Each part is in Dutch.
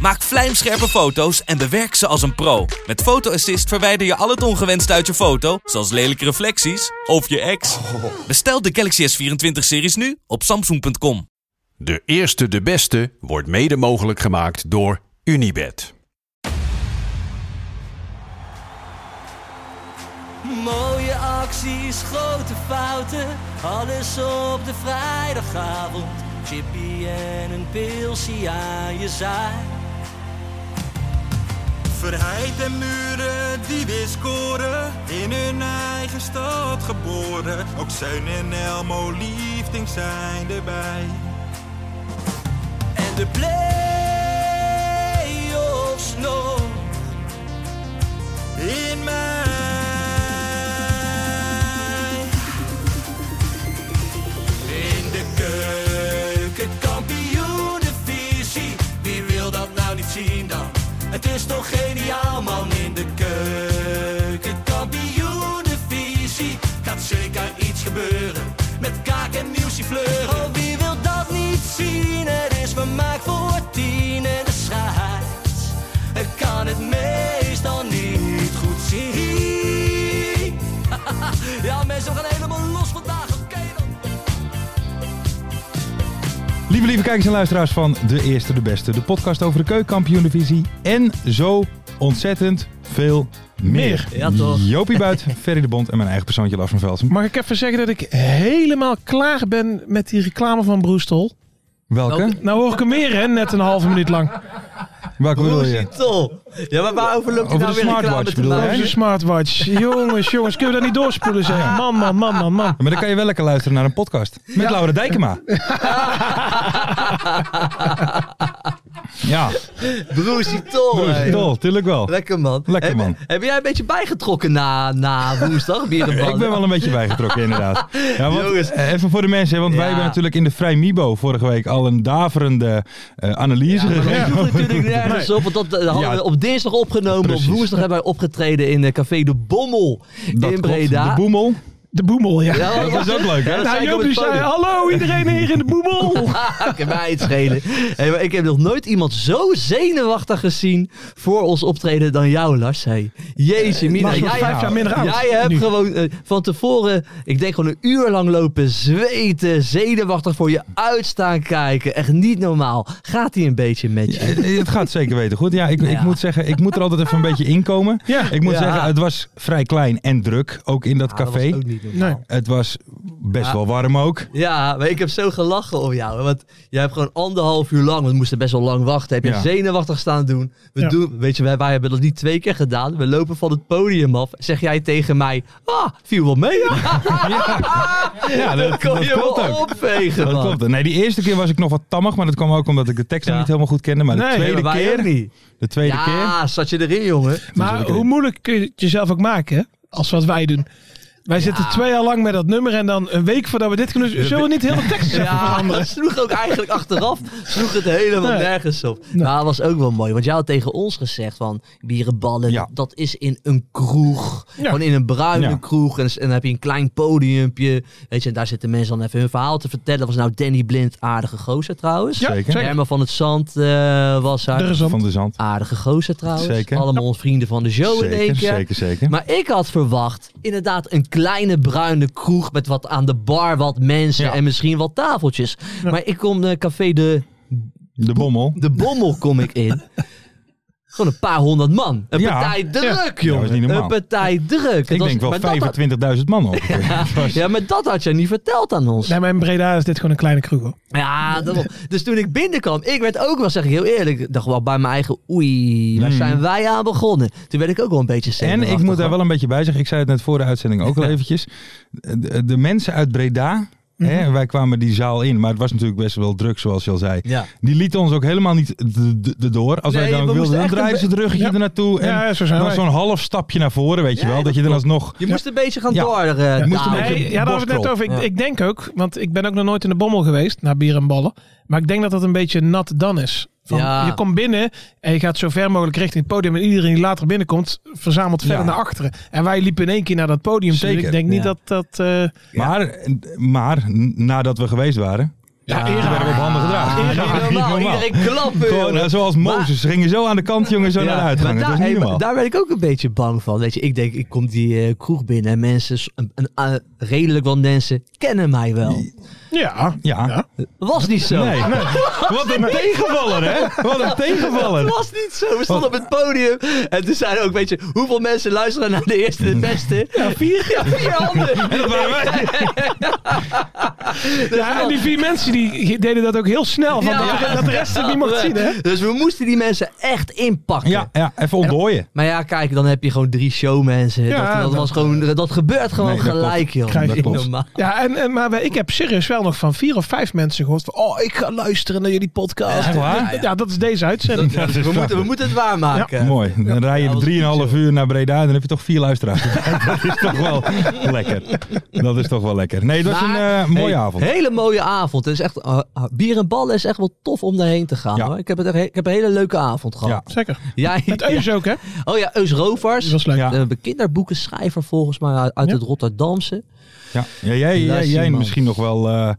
Maak vlijmscherpe foto's en bewerk ze als een pro. Met Photo Assist verwijder je al het ongewenst uit je foto, zoals lelijke reflecties of je ex. Bestel de Galaxy S24-series nu op Samsung.com. De eerste de beste wordt mede mogelijk gemaakt door Unibed. Mooie acties, grote fouten, alles op de vrijdagavond. Chippy en een pilsie aan je zaai. Verheid en muren die weer scoren, in hun eigen stad geboren. Ook Zijn en Elmo liefding zijn erbij. En de play-offs nog. In mij. In de keuken, kampioenenvisie. Wie wil dat nou niet zien dan? Het is toch geniaal man in de keuken, kampioenenvisie. Gaat zeker iets gebeuren met kaak en nieuwsje fleuren. Oh, wie wil dat niet zien? Het is vermaakt voor tien en de scheids. Ik kan het meestal niet goed zien. Ja, mensen, we gaan helemaal los vandaag. Oké dan. Lieve, lieve kijkers en luisteraars van De Eerste de Beste, de podcast over de keukenkampioen-divisie en zo ontzettend veel meer. Ja, toch? Jopie Buit, Ferry de Bond en mijn eigen persoontje Lars van Velsen. Mag ik even zeggen dat ik helemaal klaar ben met die reclame van Broestol? Welke? Welke, Nou hoor ik hem weer, hè? Net een halve minuut lang. bedoel je? Tol. Ja, maar waarover loopt hij Over nou weer de reclame smartwatch te bedoel Over jij? maken? zijn smartwatch. Jongens, jongens, kunnen we dat niet doorspoelen? Zeg. Man, man, man, man, man. Maar dan kan je wel lekker luisteren naar een podcast. Met Laura Dijkema. ja, Broesie Tol. hè. dol, tuurlijk wel. Lekker man. Lekker, Heb- man. Heb, jij een beetje bijgetrokken na, na woensdag, Bierenbal? Ik ben wel een beetje bijgetrokken, inderdaad. Ja, want, Jongens. eh, even voor de mensen, hè, want wij Ja. hebben natuurlijk in de Vrij Mibo vorige week al een daverende eh, analyse Maar gegeven. dat sloeg natuurlijk nergens op, want dat eh, hadden Ja. we op dinsdag opgenomen. Precies. Op woensdag hebben wij opgetreden in eh, Café de Bommel Dat in klopt. Breda. De boemel. De boemel, ja. Ja, Dat was ook leuk, hè? Ja, dat zei ik nou, op Joopie het zei, podium. hallo iedereen hier in de boemel. Ah, kan mij het schelen. Hey, maar ik heb nog nooit iemand zo zenuwachtig gezien voor ons optreden dan jou, Lars. Hey. Jeetje, Mina. Eh, mag nog jij vijf jaar minder oud. Jij hebt Nu. gewoon eh, van tevoren, ik denk gewoon een uur lang lopen zweten, zenuwachtig voor je uitstaan kijken. Echt niet normaal. Gaat hij een beetje met je? Eh, Het gaat zeker weten goed. Ja, ik, ik Ja. moet zeggen, ik moet er altijd even een beetje inkomen. Ja. Ik moet Ja. zeggen, het was vrij klein en druk, ook in dat Ah, café. dat was ook niet normaal. Nee. Het was best wel warm ook. Ja, maar ik heb zo gelachen om jou. hè, Want jij hebt gewoon anderhalf uur lang, want we moesten best wel lang wachten. Heb je Ja. zenuwachtig staan doen. We Ja. doen weet je, wij, wij hebben dat niet twee keer gedaan. We lopen van het podium af. Zeg jij tegen mij, ah, viel wel mee. Ja, Ja, dat kon je klopt ook. wel opvegen, Dat man. klopt. Nee, die eerste keer was ik nog wat tammig, maar dat kwam ook omdat ik de tekst nog Ja. niet helemaal goed kende. Maar de Nee, Ja, tweede wij ook keer, niet. de tweede keer, Ja, zat je erin, jongen. zal Maar ik het hoe doen. moeilijk kun je het jezelf ook maken, hè? Als wat wij doen. Wij zitten twee jaar lang met dat nummer en dan een week voordat we dit kunnen... Zullen we niet heel de tekst zeggen? Ja, dat sloeg ook eigenlijk achteraf sloeg het helemaal Nee. nergens op. Maar dat was ook wel mooi, want jij had tegen ons gezegd van bierenballen, Ja. dat is in een kroeg. Ja. Gewoon in een bruine Ja. kroeg en, s- en dan heb je een klein podiumpje. Weet je, en daar zitten mensen dan even hun verhaal te vertellen. Dat was nou Danny Blind, aardige gozer trouwens. Ja, Zeker. zeker. Herman van het Zand eh, was Er haar. is een... van de zand. Aardige gozer trouwens. Zeker. Allemaal ons vrienden van de show in één Zeker, keer. zeker, zeker. Maar ik had verwacht inderdaad een kleine bruine kroeg met wat aan de bar, wat mensen Ja. en misschien wat tafeltjes. Maar ik kom eh café de, De bommel. de Bommel kom ik in. Gewoon een paar honderd man. Een Ja. partij druk, jongen. dat is niet normaal. een partij druk. Ik Dat denk was- maar dat wel had- 25.000 man ongeveer. Het was- ja, maar dat had jij niet verteld aan ons. Nee, maar in Breda is dit gewoon een kleine kroeg, hoor. Ja, daarom. dus toen ik binnenkwam, ik werd ook wel, zeg ik heel eerlijk, ik dacht wel bij mijn eigen, oei, waar zijn wij aan begonnen? Toen werd ik ook wel een beetje Hmm. En zenuwachtig. ik moet daar hoor. wel een beetje bij zeggen, ik zei het net voor de uitzending ook al eventjes. De, de mensen uit Breda Mhm. Hè? Wij kwamen die zaal in, maar het was natuurlijk best wel druk, zoals je al zei. Ja. Die lieten ons ook helemaal niet d- d- door. Als Nee, wij we dan moesten wilden, dan echt draaiden ze een het ruggetje Ja. er naartoe. En Ja, zo zijn dan wij. zo'n half stapje naar voren, weet Ja, je wel. dat Dat je er alsnog... Je moest een beetje gaan Ja. door. eh, Je moest een dalen. beetje- Nee, ja, daar was het net borstrol. over. Ik, Ja. ik denk ook, want ik ben ook nog nooit in de bommel geweest, naar bier en ballen. Maar ik denk dat dat een beetje nat dan is. Van, Ja. Je komt binnen en je gaat zo ver mogelijk richting het podium. En iedereen die later binnenkomt, verzamelt verder Ja. naar achteren. En wij liepen in één keer naar dat podium. toe. Zeker, ik denk ja. niet dat dat... eh, Maar, maar nadat we geweest waren, ja, toen werden we op handen gedragen. Ah, Ja, niet normaal. Iedereen klappen. Gewoon, eh, jongen. zoals Maar- Mozes, ze gingen zo aan de kant, jongen, zo naar de uitgang. maar daar, Dat was hey, niet maar normaal. daar ben ik ook een beetje bang van. Weet je, ik denk, ik kom die eh, kroeg binnen en mensen, s- een, een, eh, redelijk wat mensen, kennen mij wel. Ja. Ja. Ja. Was niet zo. Nee, nee. Wat een tegenvaller, hè? Wat een Het tegenvaller. was niet zo. We stonden op het podium. En toen zeiden ook, weet je, hoeveel mensen luisteren naar de eerste de beste? Ja, vier. Ja, vier handen. En dat waren wij. Ja, en die vier mensen die deden dat ook heel snel. Van Dus Ja. dat, de- dat de rest het niet mocht zien, hè? Dus we moesten die mensen echt inpakken. Ja, ja, even ontdooien. Maar ja, kijk, dan heb je gewoon drie showmensen. Ja, dat, dat, dat- was gewoon, dat gebeurt gewoon Nee, dat gelijk, joh. Krijg Niet je- klopt. normaal. Ja, en, en, maar wij- ik heb serieus wel nog van vier of vijf mensen gehoord van... Oh, ik ga luisteren naar jullie podcast. Echt waar? Ja, dat is deze uitzending. Dat is We moeten, we moeten het waarmaken. Mooi. Dan rij Ja, dat is je 3,5 goed uur naar Breda en dan heb je toch vier luisteraars. dat is toch wel lekker. Dat is toch wel lekker. Nee, het was een Maar- eh, mooie hey, avond. Hele mooie avond. Het is echt, eh, bier en ballen is echt wel tof om daarheen te gaan. Ja. Hoor. Ik, heb het echt, ik heb een hele leuke avond gehad. Ja. Zeker. Jij, Met Eus ook, hè? Oh ja, Eus Rovers. Die was leuk. Ja. De kinderboekenschrijver volgens mij uit, uit Ja. het Rotterdamse. Ja. Ja, jij jij, Luister, jij man. misschien nog wel eh,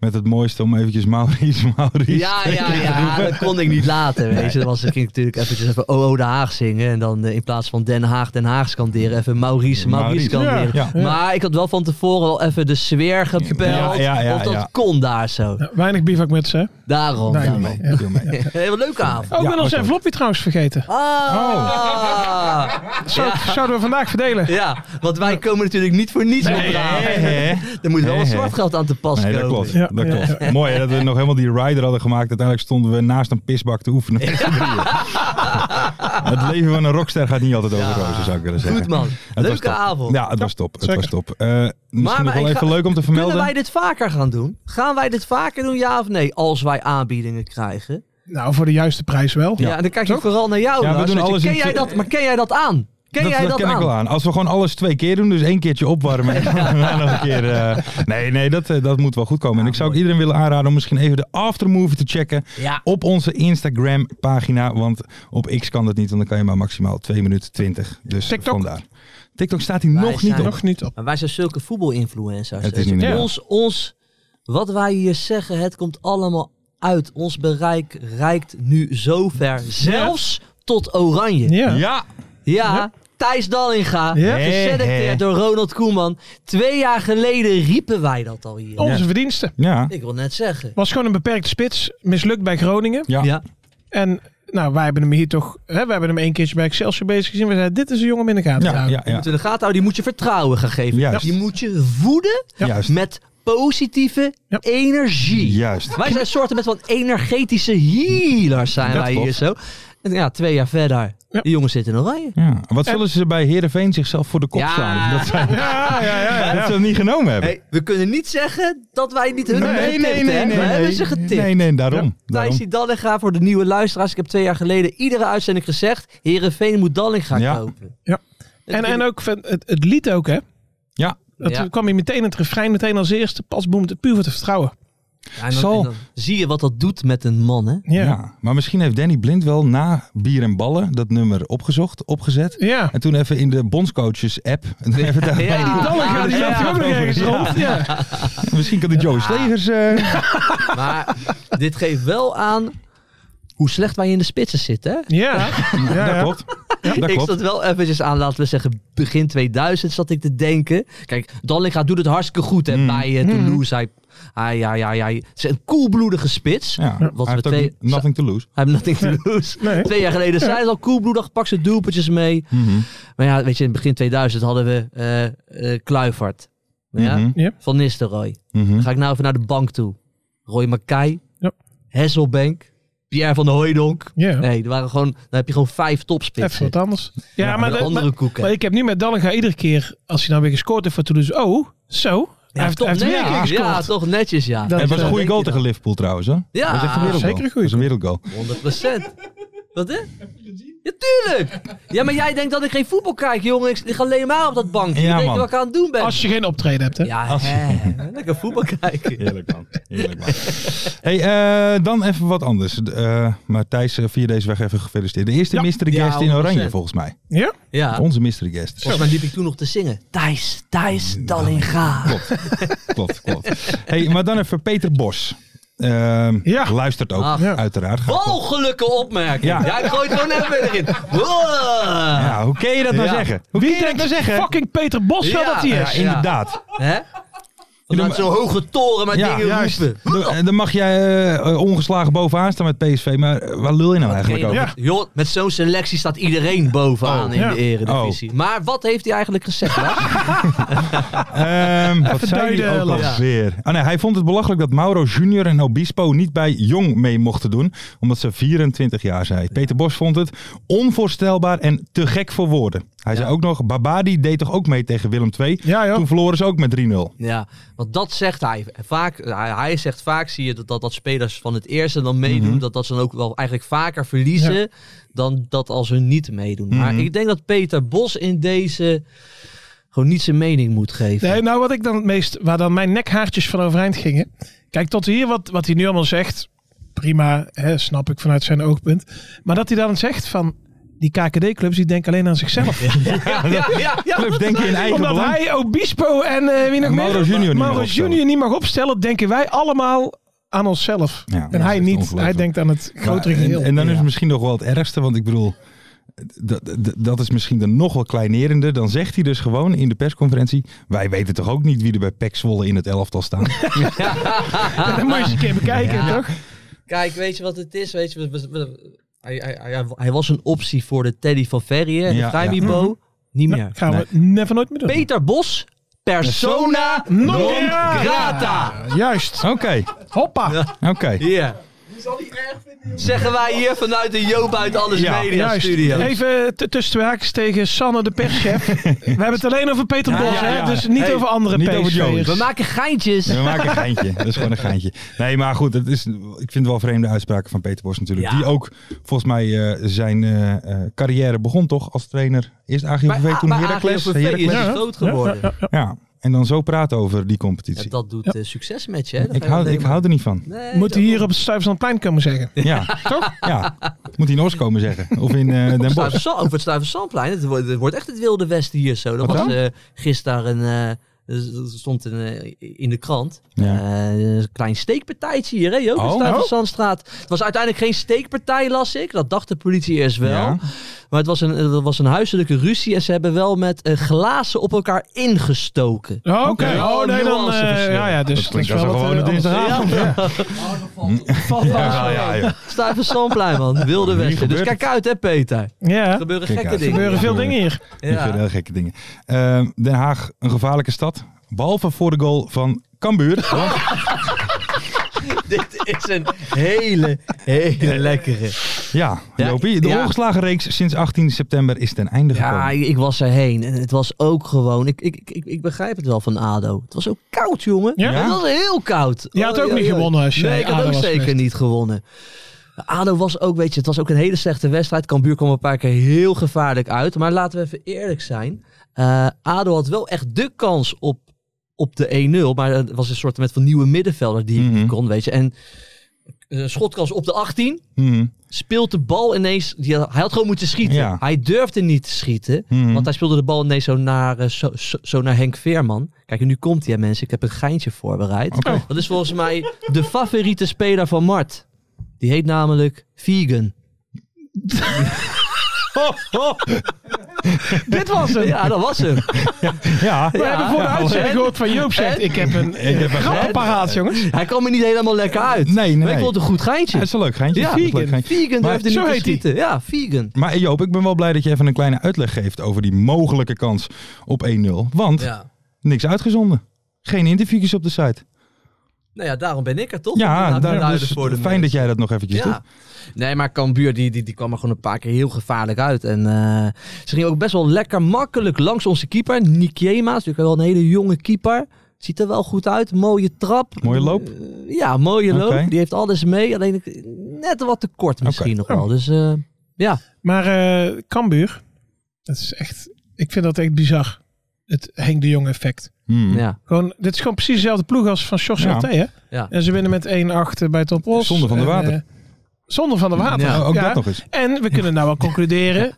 met het mooiste om eventjes Maurice, Maurice. Ja, ja, ja, dat kon ik niet laten. Weet je. Dan was, ik ging natuurlijk eventjes even OO Den Haag zingen. En dan eh, in plaats van Den Haag, Den Haag scanderen. Even Maurice, Maurice Maurice. scanderen. Ja, ja. Maar ik had wel van tevoren al even de sfeer gepeld. Ja, ja, ja, of dat ja. kon daar zo. Ja, Weinig bivakmutsen, hè? Daarom. Nee, Doe daarom. mee, doe mee. Hele leuke avond. Oh, ik Ja, ben al was zijn leuk. flopje trouwens vergeten. Oh. Ah! Zou, Zouden we vandaag verdelen? Ja, want wij komen natuurlijk niet voor niets op Hè, raam. hè? Er moet wel wat Nee. zwart geld aan te pas Nee, dat komen. klopt. Ja, dat ja. klopt. Mooi hè, dat we nog helemaal die rider hadden gemaakt. Uiteindelijk stonden we naast een pisbak te oefenen. met z'n drieën. het leven van een rockster gaat niet altijd over Ja. rozen, zou ik willen zeggen. Goed man. was Leuke top. avond. Ja, het was top. Het zeker. was top. Eh, misschien Maar- nog maar wel ik even ga- leuk om te Kunnen vermelden. wij dit vaker gaan doen? Gaan wij dit vaker doen, ja of nee? Als wij aanbiedingen krijgen. Nou, voor de juiste prijs wel. Ja, en dan kijk ik vooral naar jou. Ja, we Lars, doen want je- alles ken in jij twee- dat, maar ken jij dat aan? Ken dat jij dat dat ken aan? ik wel aan. Als we gewoon alles twee keer doen, dus één keertje opwarmen en dan nog een keer... eh, nee, nee, dat, eh, dat moet wel goed komen. en ik zou ook iedereen willen aanraden om misschien even de aftermovie te checken Ja. op onze Instagram pagina. Want op X kan dat niet, want dan kan je maar maximaal 2 minuten 20. Dus TikTok. vandaar. TikTok staat hier Wij nog niet zijn- op. Nog niet op. Maar wij zijn zulke voetbalinfluencers. Het is hè. niet normaal. ons, ons, wat wij hier zeggen, het komt allemaal uit. Ons bereik reikt nu zo ver. Zelfs tot Oranje. Ja. Ja, Ja, Thijs Dallinga, Ja. Hè, hè. geselecteerd door Ronald Koeman. Twee jaar geleden riepen wij dat al Oh. hier. Onze verdiensten. ja, Ik wil net zeggen. Was gewoon een beperkte spits. Mislukt bij Groningen. ja. Ja, En nou, wij hebben hem hier toch... Hè, wij hebben hem één keertje bij Excelsior bezig gezien. We zeiden, dit is een jongen om in de gaten te Ja, houden. ja, ja. moeten we in de gaten houden. Die moet je vertrouwen gaan geven. Juist. Die moet je voeden Juist. met positieve Ja. energie. Juist. Wij zijn soorten met van energetische healers zijn Dat wij klopt. hier zo. En ja, twee jaar verder. Ja. Die jongens zitten in oranje. Ja. Wat zullen ze bij Heerenveen zichzelf voor de kop Ja. slaan? Dat zij- dat ze dat niet genomen hebben. Hey, we kunnen niet zeggen dat wij niet hun Nee, hebben nee, getipt, nee, hè. nee, nee, We hebben ze nee, getipt. nee, nee, daarom. Thijs daarom. die Dallinga voor de nieuwe luisteraars. Ik heb twee jaar geleden iedere uitzending gezegd... Heerenveen moet Dallinga Ja. kopen. Ja. En, en ook van, het, het lied ook, hè. Ja, Dat Ja. kwam hier meteen het refrein, meteen als eerste. Pas boemt het puur voor het vertrouwen. Ja, en dan, Zal- en dan zie je wat dat doet met een man, hè? Ja. Ja. ja, maar misschien heeft Danny Blind wel na Bier en Ballen dat nummer opgezocht, opgezet. En toen even in de bondscoaches app. en even daar- Ja. Dan gaat die Ja. loopt hier ook nog ergens rond. Ja. Misschien kan de Joey Slegers... eh, Maar dit geeft wel aan hoe slecht wij in de spitsen zitten. hè? Ja. Ja, ja. Dat klopt. Ja, dat ik klopt. zat wel eventjes aan, laten we zeggen, begin 2000 zat ik te denken. Kijk, Dallinga doet het hartstikke goed Mm. hè, bij Mm. eh, Toulouse. Hij, hij, hij, hij, hij het is een koelbloedige spits. Ja, Wat hij we heeft ook twee, Hij nothing to lose. heeft nothing to lose. Nee. Twee jaar geleden zei het al koelbloedig, pak zijn doelpuntjes mee. Mhm. Maar ja, weet je, in begin 2000 hadden we eh eh Kluivert. Ja? Mhm. Ja. Van Nistelrooy. Mhm. Dan ga ik nou even naar de bank toe. Roy Mackay, Hm? Ja. Hesselbank, Pierre van der Hooijdonk. Ja. Nee, er waren gewoon, dan heb je gewoon vijf Even topspitsen. wat anders. Ja, maar, de dat- andere maar- koeken. maar ik heb nu met Dallinga iedere keer, als hij nou weer gescoord heeft voor Toulouse, oh, zo, Hij heeft, toch hij heeft meer netjes. keer gescoord. Ja, toch netjes, ja. Dat- En het was een eh, goede goal denk ik tegen Liverpool trouwens, hè? Ja, dat was echt een wereldgoal. zeker een goede Dat was een wereldgoal. 100%. Wat hè? Ja, tuurlijk! Ja, maar jij denkt dat ik geen voetbal kijk, jongen. Ik lig alleen maar op dat bankje. Ja, je weet man. niet wat ik aan het doen ben. Als je geen optreden hebt, hè? Ja, Als je- hè. lekker voetbal kijken. Heerlijk man. Heerlijk man. hey, eh, dan even wat anders. Eh maar Thijs, eh, via deze weg even gefeliciteerd. De eerste Ja. mystery Ja, guest in 100%. Oranje volgens mij. Ja? Ja, Onze mystery guest. volgens mij liep ik toen nog te zingen. Thijs, Thijs, Dallinga. Klopt, klopt, klopt. Hey, maar dan even Peter Bos. Ehm, Ja. Luistert ook, Ach. Ja. uiteraard. Walgelijke opmerking. Ja. Ja. ik gooi het gewoon even erin. Wow. Ja, hoe kun je dat nou Ja. zeggen? Hoe kun je dat nou zeggen? Ah, Fucking Peter Bos wel Ja. dat hij Ja, is. in- inderdaad. Hè? Vanuit zo'n hoge toren met Ja, dingen juist. roepen. Dan- Dan mag jij eh, eh, ongeslagen bovenaan staan met PSV. Maar eh, waar lul je nou eigenlijk over? Ja. Joh, met zo'n selectie staat iedereen bovenaan in ja. de eredivisie. Maar wat heeft hij eigenlijk gezegd? Lars? Ehm, wat zei hij duiden, ook Lars. alweer? Ah, nee, hij vond het belachelijk dat Mauro Junior en Obispo niet bij Jong mee mochten doen. Omdat ze 24 jaar zijn. Peter Bos vond het onvoorstelbaar en te gek voor woorden. Hij zei ook nog, Babadi deed toch ook mee tegen Willem II? Ja, joh. Toen verloren ze ook met 3-0. ja, want dat zegt hij. Vaak, hij. Hij zegt vaak, zie je, dat, dat, dat spelers van het eerste dan meedoen. Dat dat ze dan ook wel eigenlijk vaker verliezen dan dat als hun niet meedoen. Maar ik denk dat Peter Bos in deze gewoon niet zijn mening moet geven. Nee, nou wat ik dan het meest, waar dan mijn nekhaartjes van overeind gingen. Kijk, tot hier wat, wat hij nu allemaal zegt, prima, hè, snap ik vanuit zijn oogpunt. Maar dat hij dan zegt van die KKD-clubs, die denken alleen aan zichzelf. Ja, ja, ja, ja. Clubs denken in eigen Omdat belang. hij Obispo en eh, wie nog En meer? Mauro Junior niet Mauro mag opstellen. Junior niet mag opstellen, denken wij allemaal aan onszelf. Ja, dat en is hij echt niet. ongelooflijk. Hij denkt aan het grotere Maar- Nou, en- geheel. En, dan is het misschien nog wel het ergste, want ik bedoel, dat, dat- dat is misschien dan nog wel kleinerender. Dan zegt hij dus gewoon in de persconferentie, wij weten toch ook niet wie er bij PEC Zwolle in het elftal staan. Ja, dan Ah, moet je eens een keer bekijken, toch? Kijk, weet je wat het is? Weet je, we- we- we- hij, hij, hij, hij was een optie voor de Teddy van Verrië en Ja, Mhm. de Vrijmibo. Niet meer. Gaan we never nooit meer doen. Peter Bos, persona non Ja. grata. Juist. Oké, Hoppa. oké. Ja. Zeggen wij hier vanuit de Joop uit Alles Ja, Media Juist. Studio. Even t- tussen twee haakjes tegen Sanne, de perschef. We hebben het alleen over Peter Bos, ja, ja. Hè? dus niet Hey, over andere niet over Jones. PSV'ers. We maken geintjes. We maken een geintje. Dat is gewoon een geintje. Nee, maar goed, het is, ik vind het wel vreemde uitspraken van Peter Bos natuurlijk. Ja. Die ook volgens mij eh, zijn eh, eh, carrière begon toch als trainer. Eerst AGOVV, toen AGOVV Heracles. is Heracles. hij Ja. groot geworden. Ja, en dan zo praten over die competitie. Ja, dat doet eh, succes met je. Hè? Dat ik, ga je hou, alleen ik maar- hou er niet van. Nee, Moet dat- hij hier op het Stuyvesantplein komen zeggen. Ja, toch? Ja. Moet hij in Oost komen zeggen. Of in eh Den Bosch. Stuyvesant- over het Stuyvesantplein. Het wordt, het wordt echt het wilde westen hier zo. Er Wat was dan? eh, gisteren een... eh, er stond een, eh, in de krant Ja. eh, een klein steekpartijtje hier, hè, Joop? Oh. de Stuyvesantstraat. Het was uiteindelijk geen steekpartij, las ik. Dat dacht de politie eerst wel. Ja. Maar het was een, het was een huiselijke ruzie en ze hebben wel met eh, glazen op elkaar ingestoken. Oh, Oké. Oké. Oh, nee, dan... eh, Nuanceverschil. ja, ja, dus Dat klinkt dat als is een wel wat, gewone eh, anders. dinsdagavond. Ja. Valt wel eens Ja, mee. Ah, ja, joh. Stuyvesantplein, man. Wilde westen. Dus gebeurt kijk uit, hè, Peter. Er Ja, er gebeuren Kijk gekke uit. dingen. gebeuren veel Ja. dingen hier. Die Ja. vinden heel gekke dingen. Ehm, Den Haag, een gevaarlijke stad. Behalve voor de goal van Cambuur. Want Oh. Dit is een hele, hele lekkere. Ja, Ja, Jopie, de ja. ongeslagen reeks sinds 18 september is ten einde Ja, gekomen. ik, ik was erheen en het was ook gewoon. Ik, ik, ik, ik begrijp het wel van Ado. Het was ook koud, jongen. Ja? Het was heel koud. Je had ook Oei, oei, niet oei. gewonnen als je Nee, ik had ADO ook was zeker geweest. niet gewonnen. Ado was ook, weet je, het was ook een hele slechte wedstrijd. Cambuur kwam een paar keer heel gevaarlijk uit. Maar laten we even eerlijk zijn. Eh, Ado had wel echt de kans op, op de 1-0. Maar het was een soort met van nieuwe middenvelder die Mhm. kon, weet je. En eh, schotkans op de 18 Mhm, speelt de bal ineens. Die, had- hij had gewoon moeten schieten. Ja. Hij durfde niet te schieten. mhm. Want hij speelde de bal ineens zo naar, eh, zo, zo, zo naar Henk Veerman. Kijk, en nu komt hij, hè, mensen. Ik heb een geintje voorbereid. Oké. Dat is volgens mij de favoriete speler van Mart. Die heet namelijk Vegan. Oh, Dit was hem. Ja, dat was hem. Ja, We hebben voor de Ja, uitzending en- gehoord van Joop zegt, en- ik heb een ik heb een grap paraat, jongens. Hij kwam er niet helemaal lekker uit. Nee, nee, Maar nee. ik vond het een goed geintje. Het is een leuk geintje. Ja, het is een leuk geintje. Vegan Maar durfde niet zo te heet hij. schieten. Ja, Vegan. Maar eh, Joop, ik ben wel blij dat je even een kleine uitleg geeft over die mogelijke kans op 1-0. Want Ja. niks uitgezonden. Geen interviewjes op de site. Nou ja, daarom ben ik er toch. ja, Om te daar, duiden dus nou voor de fijn dat jij dat nog eventjes doet. Ja. Nee, maar Cambuur die, die, die kwam er gewoon een paar keer heel gevaarlijk uit. En eh, Dus ze gingen ook best wel lekker makkelijk langs onze keeper. Nikiema is natuurlijk wel een hele jonge keeper. Ziet er wel goed uit. Mooie trap. Mooie loop? Eh, ja, mooie loop. Oké. Die heeft alles mee. Alleen ik- net wat te kort misschien nog Oh. wel. Dus eh, Hmm. ja, Maar eh Cambuur, dat is echt, ik vind dat echt bizar. Het Henk de Jong effect. Hmm. ja. Gewoon, dit is gewoon precies dezelfde ploeg als van Sjors Ja. ja. hè? Ja. En ze winnen met 1-8 bij Top Os. Zonder Van der En, Water. eh, zonder Van der Water. Ja. Nou, ook Ja. dat nog eens. En we kunnen nou wel concluderen,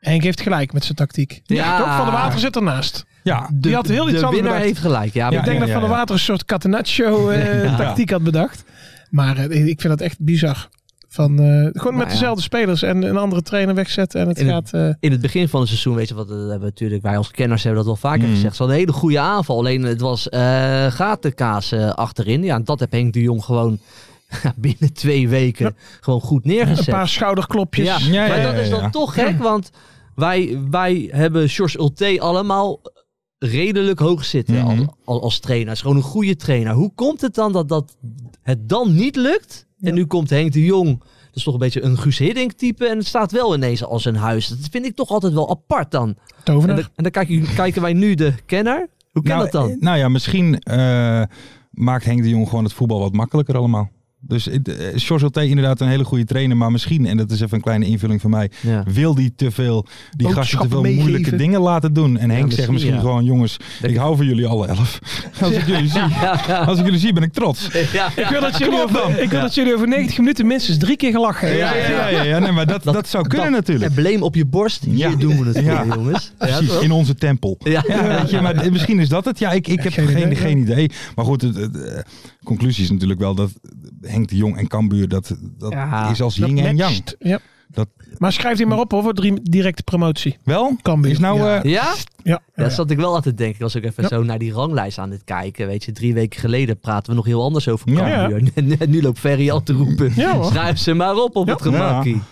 Henk heeft gelijk met zijn tactiek. Ja. Toch? Van der Water zit ernaast. Ja, Die had heel iets de anders winnaar bedacht. heeft gelijk. Ja, Ja, Ik denk ja, dat ja, Van der ja. Water een soort Catenaccio-tactiek had bedacht. Maar eh, ik vind dat echt bizar. Van, eh, gewoon met ja. dezelfde spelers en een andere trainer wegzetten. En het In het- gaat... eh, in het begin van het seizoen, weet je wat, dat hebben we natuurlijk, wij als kenners hebben dat wel Mhm. vaker Mm. gezegd. Ze hadden een hele goede aanval, alleen het was eh gatenkaas eh, achterin. Ja, en dat heb Henk de Jong gewoon binnen twee weken gewoon goed neergezet. Een paar schouderklopjes. ja. Ja, ja, maar ja, dat is ja, dan ja. toch gek, want wij, wij hebben George Ulte allemaal redelijk hoog zitten Mhm. al- al- als trainer. Hij is gewoon een goede trainer. Hoe komt het dan dat, dat het dan niet lukt? En nu komt Henk de Jong. Dat is toch een beetje een Guus Hiddink type. En het staat wel ineens als een huis. Dat vind ik toch altijd wel apart dan. En, Tovenaar. dan- en dan kijken, kijken wij nu de kenner. Hoe kan nou, dat dan? eh, Nou ja, misschien eh, maakt Henk de Jong gewoon het voetbal wat makkelijker allemaal. Dus eh, George T inderdaad een hele goede trainer, maar misschien, en dat is even een kleine invulling van mij, Ja. wil die te veel, die gasten te Boodschappen veel meegeven. moeilijke dingen laten doen. En Henk zegt misschien, misschien ja. gewoon, jongens, ik hou van jullie alle elf. Als ik jullie zie, als ik jullie zie ben ik trots. Ja, Ik wil, dat jullie dan. over, ik wil dat jullie over 90 minuten minstens drie keer gelachen. Ja, ja, ja, ja, nee, maar dat, dat, zou kunnen dat natuurlijk. Embleem op je borst. Hier Ja. doen we het voor, Ja. jongens. Ja, Precies, toch? in onze tempel. Ja. Ja, weet je, maar d- misschien is dat het. Ja, ik, ik heb geen, Geen idee, geen, ja. idee. Maar goed, het- het, eh, conclusie is natuurlijk wel dat Henk de Jong en Cambuur, dat, dat Ja, is als Dat yin en yang. matcht. Ja. Dat- Maar schrijf die maar op hoor, voor drie, directe promotie. Wel? Cambuur. Is nou, Ja. eh, ja? Ja. Ja, dat zat ik wel aan te denken. Ik was ook even Ja. zo naar die ranglijst aan het kijken. Weet je, drie weken geleden praten we nog heel anders over Cambuur. En nu loopt Ferry al te roepen. Ja, hoor. Schrijf ze maar op op Ja. het gemakkie.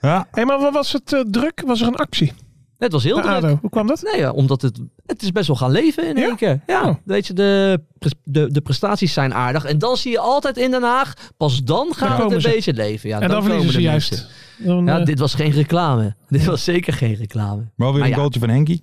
ja, Hé, maar wat was het eh, druk? Was er een actie? Het was heel Bij druk. ADO. Hoe kwam dat? Nee, ja, omdat het, het is best wel gaan leven in Ja? één keer. Ja, Oh. weet je, de, pres- de, de prestaties zijn aardig. En dan zie je altijd in Den Haag, pas dan gaat het komen een ze. beetje leven. Ja, en dan, verliezen komen ze de juist. mensen. Dan, Ja, eh, dit was geen reclame. Dit was zeker geen reclame. wel weer Maar een Ah, ja. goaltje van Henkie.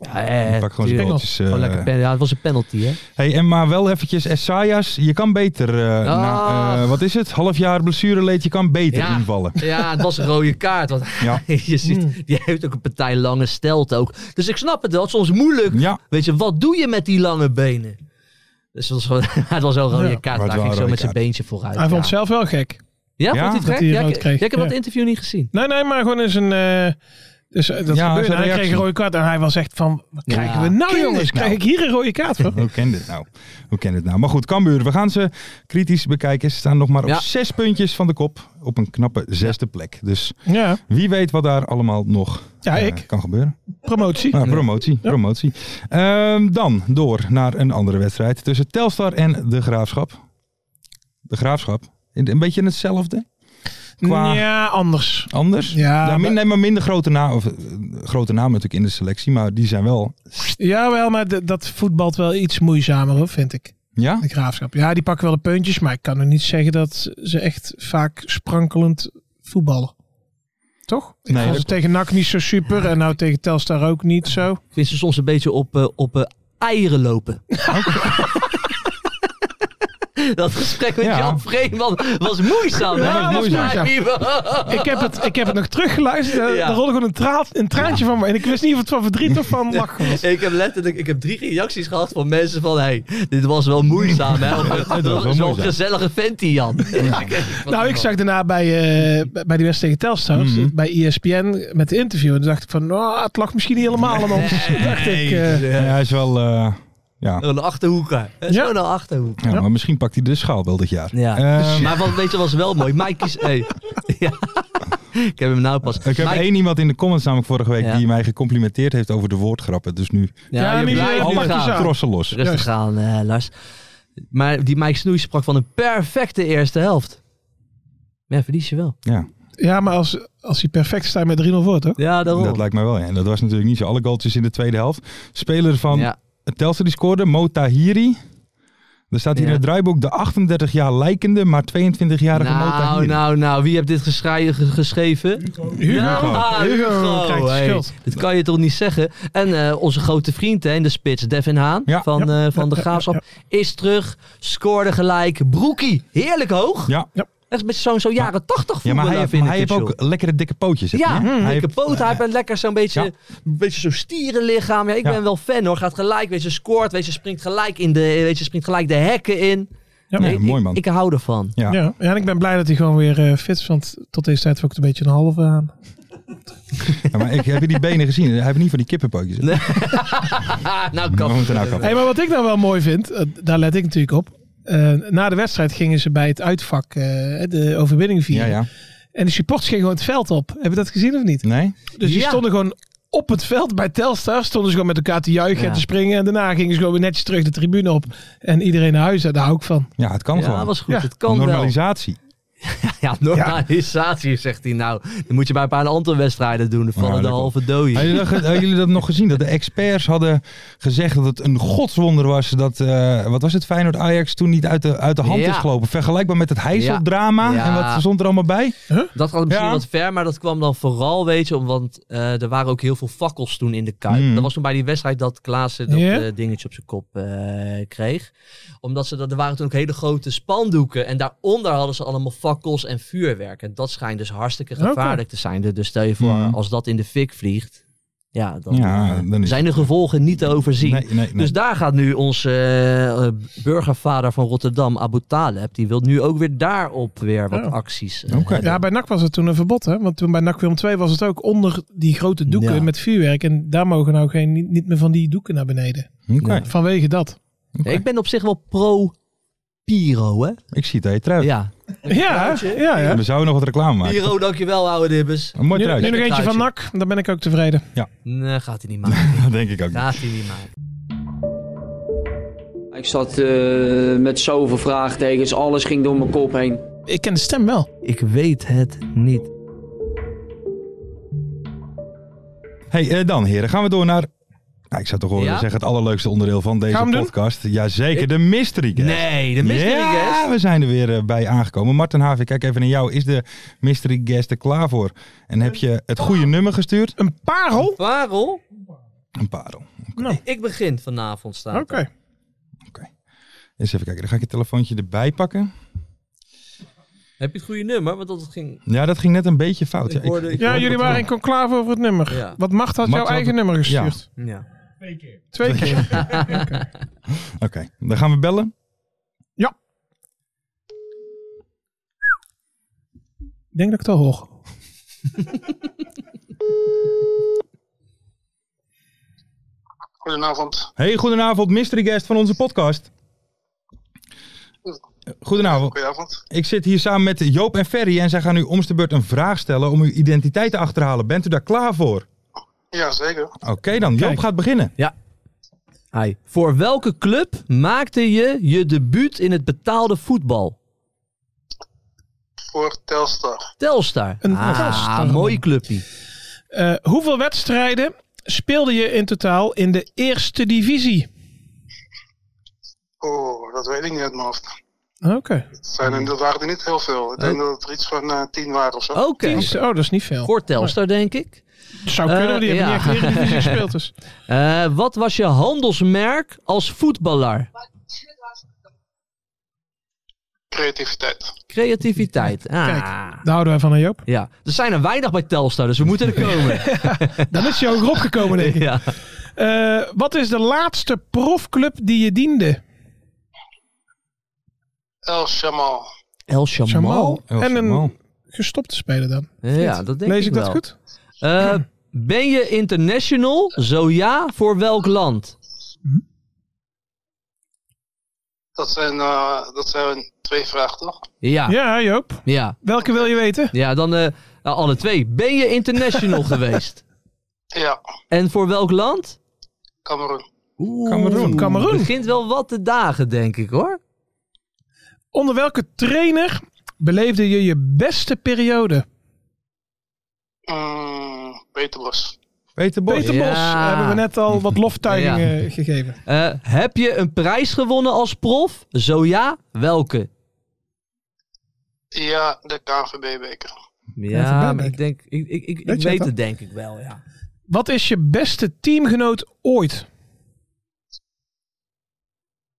Ja, eh, Pak gewoon zijn tuurlijk. goaltjes. eh. Gewoon lekker pen- ja, het was een penalty, hè? hey, en maar wel eventjes, Essayas, je kan beter, eh, na, eh, Ah. wat is het, half jaar blessureleed, je kan beter Ja. invallen. Ja, het was een rode kaart. Want Ja. je Hmm. ziet, die heeft ook een partij lange stelt ook. Dus ik snap het wel. Het is soms moeilijk. Ja, Weet je, wat doe je met die lange benen? Dus het was, gewoon, het was wel een rode Ja, kaart. maar het Daar was ging een zo rode met zijn kaart. beentje vooruit. hij ja. vond het zelf wel gek. Ja, Ja, vond hij dat het hij gek? een Ja, rood ik, kreeg, ik heb ja. dat interview niet gezien. Nee, nee, maar gewoon eens een... eh, dus, eh, dat Ja, gebeurde. zo'n Hij kreeg reactie. een rode kaart en hij was echt van... Wat Ja. krijgen we nou Ken jongens? dit nou? Krijg ik hier een rode kaart voor? hoe ken dit nou? Hoe ken dit nou? Maar goed, Cambuur, we gaan ze kritisch bekijken. Ze staan nog maar op Ja. zes puntjes van de kop, op een knappe zesde plek. Dus Ja, Wie weet wat daar allemaal nog ja eh, ik. kan gebeuren. Promotie. Ah, promotie, promotie. Ehm, dan door naar een andere wedstrijd tussen Telstar en De Graafschap. De Graafschap. Een een beetje hetzelfde. Qua Ja, anders. anders. Ja, Ja, min, maar- nee, maar minder grote, naam, of, eh, grote namen natuurlijk in de selectie, maar die zijn wel... Jawel, maar d- dat voetbalt wel iets moeizamer, hoor, vind ik. Ja? De graafschap. Ja, die pakken wel de puntjes, maar ik kan nog niet zeggen dat ze echt vaak sprankelend voetballen. Toch? Ik Nee, vond dat ze tegen NAC niet zo super en nou tegen Telstar ook niet zo. Ik vind ze soms een beetje op, eh, op eh, eieren lopen. dat gesprek met Ja. Jan Vreeman was moeizaam. Ja, hè? dat was moeizaam. moeizaam. Ik heb het, ik heb het nog teruggeluisterd. en Ja. Daar rolde gewoon een, traal, een traantje van me. En ik wist niet of het van verdriet of van lachen was. Ik heb letterlijk ik heb drie reacties gehad van mensen van... Hey, dit was wel moeizaam, hè? Of, was wel dat was wel een moeizaam." gezellige vent, die Jan. Nou, ik zag daarna bij, eh, bij bij die wedstrijd tegen Telstar, Mhm. bij E ESPN, met de interview. En toen dacht ik van, nou, het lag misschien niet helemaal aan ons. Toen dacht ik, eh, Ja, hij is wel... eh, ja. Een achterhoeker. Ja. Zo'n achterhoek. Ja, maar misschien pakt hij de schaal wel dit jaar. Ja. Dus- Ehm, Maar wat weet je, was wel mooi. Mike is... Hey. Ja. Ik heb hem nou pas. ik heb Mike- één iemand in de comments namelijk vorige week Ja. die mij gecomplimenteerd heeft over de woordgrappen. Dus nu Ja, je nu- blijft nu- niet alle nu- gaan. trossen los. Rustig Juist. aan, eh, Lars. Maar die Mike Snoei sprak van een perfecte eerste helft. Ja, verlies je wel. Ja, ja, maar als, als hij perfect staat met 3-0 voor, toch? Ja, daarom. dat lijkt mij wel. Ja. En dat was natuurlijk niet zo. Alle goaltjes in de tweede helft. Speler van ja. Telstra die scoorde, Mo Tahiri. Er staat hier Ja. in het draaiboek de 38 jaar lijkende, maar 22-jarige Mota Nou, Hieren. nou, nou, wie heeft dit geschrei- ge- geschreven? Hugo. Nou, ah, Hugo Hugo, krijgt de hey. schuld. Dit kan je toch niet zeggen? En eh, onze grote vriend hè, in de spits, Devin Haan Ja. van, Ja. eh, van de Ja, ja, Graafschap, is terug. Scoorde gelijk. Broekie, heerlijk hoog. Ja. Echt met zo'n zo jaren 80 ja, voetballer maar hij, heeft- vind maar hij ik heeft het, ook lekkere dikke pootjes. joh. heeft Ja, Hm. hij, hè? hij dikke heeft, poot. Hij heeft lekker zo'n beetje, ja. een beetje zo'n stierenlichaam. Ja, ik Ja. ben wel fan hoor. Gaat gelijk, weet je, scoort, weet je, springt gelijk, in de, weet je, springt gelijk de hekken in. Ja, Nee, ik, mooi man. Ik, ik hou ervan. ja. Ja. ja, en ik ben blij dat hij gewoon weer eh, fit is, want tot deze tijd vond ik het een beetje een halve aan. Ja, maar ik, heb je die benen gezien? Hij heeft niet van die kippenpootjes. hè? Nee, Ah, nou, We kan. moeten nou kappen. Hey, maar wat ik nou wel mooi vind, eh, daar let ik natuurlijk op. eh, na de wedstrijd gingen ze bij het uitvak eh, de overwinning Ja, vieren. ja. En de supporters gingen gewoon het veld op. Heb je dat gezien of niet? Nee? Dus die Ja. stonden gewoon op het veld bij Telstar. Stonden ze gewoon met elkaar te juichen Ja. en te springen. En daarna gingen ze gewoon weer netjes terug de tribune op. En iedereen naar huis. Daar hou ik van. Ja, het kan Ja, gewoon. dat was goed. Ja, Het kan wel. Normalisatie. Ja, normalisatie, zegt hij. Nou, dan moet je bij een paar andere wedstrijden doen. Dan vallen Ja, de dat halve dooien. Hadden jullie, dat, hadden jullie dat nog gezien? Dat de experts hadden gezegd dat het een godswonder was dat, eh, wat was het, Feyenoord Ajax toen niet uit de, uit de hand Ja. is gelopen. Vergelijkbaar met het Heiseldrama Ja. en wat stond er allemaal bij. Dat gaat misschien Ja. wat ver, maar dat kwam dan vooral, weet je, om- want eh, er waren ook heel veel fakkels toen in de Kuip. Mm. Dat was toen bij die wedstrijd dat Klaassen dat Ja. eh, dingetje op zijn kop eh, kreeg. Omdat ze, dat, er waren toen ook hele grote spandoeken en daaronder hadden ze allemaal fakkels en vuurwerk. En dat schijnt dus hartstikke Oké. gevaarlijk te zijn. Dus- Dus stel je voor, Ja. als dat in de fik vliegt, ja, dan, Mm. Ja, eh, dan is- zijn de gevolgen niet te overzien. Nee, nee, nee. Dus daar gaat nu onze eh, eh, burgervader van Rotterdam, Abu Taleb, die wil nu ook weer daarop weer wat Oh. acties. eh, Oké. hebben. Ja, bij NAC was het toen een verbod. Hè? Want toen bij NAC Willem 2 was het ook onder die grote doeken Ja. met vuurwerk. En daar mogen nou geen, niet, niet meer van die doeken naar beneden. Oké. Ja. Vanwege dat. Oké. Ik ben op zich wel pro Piro, hè? Ik zie het aan je trui. Ja. Ja, ja, ja. We zouden nog wat reclame maken. Piro, dankjewel, oude dibbes. Een mooi Nu, truitje. nu nog eentje van Truitje. NAC. Dan ben ik ook tevreden. Nee, gaat hij niet maken. Dat denk ik ook. Gaat hij niet maken. Ik zat eh, met zoveel vraagtekens, alles ging door mijn kop heen. Ik ken de stem wel. Ik weet het niet. Hey, eh, dan heren, gaan we door naar... Nou, ik zou toch wel Ja? willen zeggen het allerleukste onderdeel van deze Gaan we hem doen? podcast. Jazeker, de mystery guest. Nee, de mystery ja, guest. we zijn er weer eh, bij aangekomen. Martin Havik, kijk even naar jou. Is de mystery guest er klaar voor? En heb je het goede nummer gestuurd? Een parel? Parel, Een parel. ik begin vanavond staan. Oké. Eens even kijken, dan ga ik je telefoontje erbij pakken. Heb je het goede nummer? Want dat ging... Ja, dat ging net een beetje fout. Ik hoorde- ik Ja, hoorde jullie dat- waren in conclave over het nummer. Ja. Wat Macht Mart had jouw had eigen het- nummer gestuurd. Ja. Twee keer. Oké, dan gaan we bellen. Ik denk dat ik het al hoor. Goedenavond. Hey, goedenavond, mystery guest van onze podcast. Goedenavond. Goedenavond. Ik zit hier samen met Joop en Ferry en zij gaan u om de beurt een vraag stellen om uw identiteit te achterhalen. Bent u daar klaar voor? Jazeker. Oké dan, Joop Kijk. gaat beginnen. Hi. Voor welke club maakte je je debuut in het betaalde voetbal? Voor Telstar. Telstar. Een ah, Telstar. mooi clubje. Eh, hoeveel wedstrijden speelde je in totaal in de eerste divisie? Oh, dat weet ik niet uit mijn hoofd. Oké. Het zijn, er- dat waren er niet heel veel. Ik denk dat het er iets van eh, tien waren of zo. Oké. Tien- Oh, dat is niet veel. Voor Telstar, denk ik. Zou kunnen, Eh, die hebben ja. niet echt in de Eredivisie gespeeld. Dus. Eh, wat was je handelsmerk als voetballer? Creativiteit. Creativiteit. Ah. Kijk, daar houden wij van aan Joop. Ja, er zijn er weinig bij Telstar, dus we moeten er komen. Dan is hij ook erop gekomen, denk ik. ja. Eh, wat is de laatste profclub die je diende? El Shamal. El Shamal. Jamal. El En Shamal. een gestopte speler dan. Ja, dat denk Lees ik ik wel. dat goed? Eh, ben je international? Zo ja, voor welk land? Dat zijn, eh, dat zijn twee vragen, toch? Ja, ja. Ja, Joop. Ah. Ja, Welke wil je weten? dan eh, nou, alle twee. Ben je international geweest? Ja, En voor welk land? Cameroen. Oeh, Kameroen. Kameroen. Begint wel wat te dagen, denk ik hoor. Onder welke trainer beleefde je je beste periode? Mm, Hmm, Peterbos. Peter Bos. Peter Ja. Bos hebben we net al wat loftuigingen Ja. gegeven. Eh, heb je een prijs gewonnen als prof? Zo ja, welke? Ja, de KNVB-beker. Ja, maar Beek. ik denk, ik, ik, ik, ik weet, Weet je het het denk ik wel, ja. Wat is je beste teamgenoot ooit?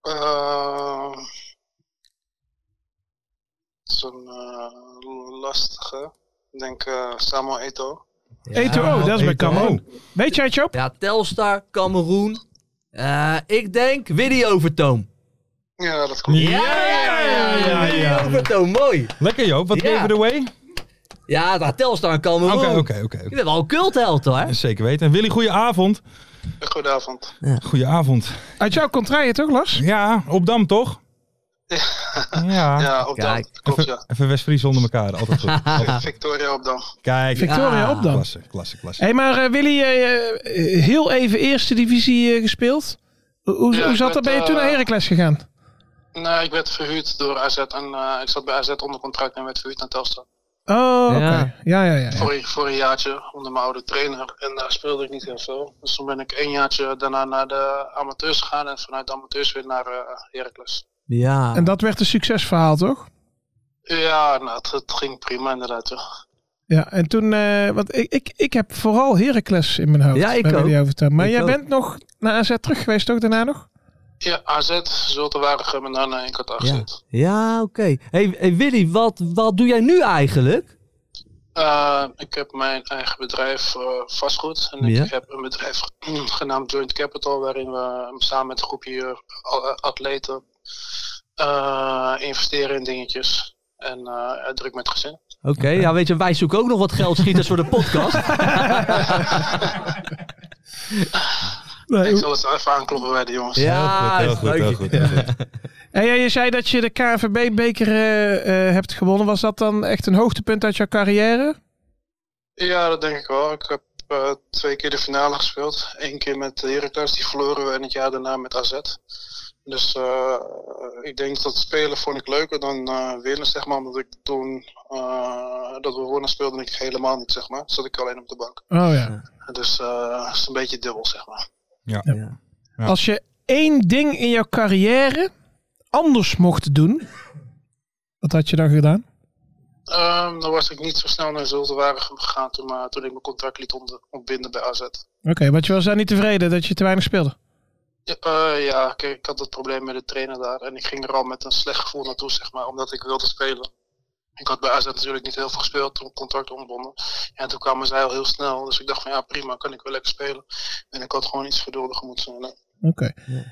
Ehm, dat is een eh, lastige. Ik denk eh Samuel Eto. ja. Eto'o, E dat is bij Eto'o. Cameroen. Weet jij het, Joop? Ja, Telstar, Cameroen. Eh, ik denk Willy Overtoom. Ja, dat klopt. ja, ja, Willy ja. Overtoom, mooi. Lekker Joop, wat Ja. gave it away? Ja, nou, Telstar en Cameroen. Oké, oké, oké. Je bent wel een cultheld, hoor. Zeker weten. En Willy, goedenavond. Goedenavond. Goedenavond. Uit jouw contraille toch, Lars? Ja, op Dam toch? Ja. Ja, op dan. Kijk, Klopt, Even, ja. even West-Fries onder elkaar, altijd goed. Victoria op dan. Kijk, Victoria Ah. op dan. klasse, klasse, klasse. Hé, hey, maar eh, Willy, eh, eh, heel even eerste divisie eh, gespeeld. Hoe- Hoe, Ja, hoe ik zat dat? Ben werd, je toen eh, naar Heracles gegaan? Nou, ik werd verhuurd door AZ en eh, ik zat bij AZ onder contract en werd verhuurd naar Telstra. Oh, oké. Ja. Ja, ja, ja. ja. Voor, voor een jaartje onder mijn oude trainer en daar speelde ik niet heel veel. Dus toen ben ik een jaartje daarna naar de amateurs gegaan en vanuit de amateurs weer naar eh Heracles. Ja. En dat werd een succesverhaal, toch? Ja, nou, het, het ging prima inderdaad. ja. Ja, en toen, eh, want ik, ik, ik heb vooral Heracles in mijn hoofd. Ja, ik bij ook. Willy Overtoom. Maar Ik jij ook. bent nog naar AZ terug geweest, toch daarna nog? Ja, AZ, Zulte Waregem en daarna in Qatar ja. gezet. Ja, oké. Hey, hey, Willy, wat, wat doe jij nu eigenlijk? Eh, ik heb mijn eigen bedrijf eh, vastgoed. En Ja. ik heb een bedrijf genaamd Joint Capital, waarin we samen met een groepje eh, atleten eh, investeren in dingetjes. En eh, druk met gezin. Oké, ja, weet je, wij zoeken ook nog wat geldschieters voor de podcast. Ik zal het even aankloppen bij de jongens. Ja, heel goed, heel leuk. goed, heel goed. En jij- je zei dat je de KNVB-beker eh, eh, hebt gewonnen. Was dat dan echt een hoogtepunt uit jouw carrière? Ja, dat denk ik wel. Ik heb eh, twee keer de finale gespeeld. Eén keer met Heracles, die verloren we, en het jaar daarna met AZ. Dus eh, ik denk dat spelen vond ik leuker dan eh, winnen, zeg maar. Omdat ik toen eh, dat we wonnen speelde ik helemaal niet, zeg maar. Zat ik alleen op de bank. Oh ja. Dus eh, het is een beetje dubbel, zeg maar. Ja. Ja. Als je één ding in jouw carrière anders mocht doen, wat had je dan gedaan? Ehm, dan was ik niet zo snel naar Zulte Waregem gegaan toen, maar toen ik mijn contract liet ont- ontbinden bij AZ. Oké, want je was daar niet tevreden dat je te weinig speelde. Ja, eh, ja, kijk, ik had dat probleem met de trainer daar. En ik ging er al met een slecht gevoel naartoe, zeg maar, omdat ik wilde spelen. Ik had bij AZ natuurlijk niet heel veel gespeeld toen het contract ontbonden. En toen kwamen zij al heel snel. Dus ik dacht van ja, prima, kan ik wel lekker spelen. En ik had gewoon iets geduldiger moeten zijn. hè. Oké.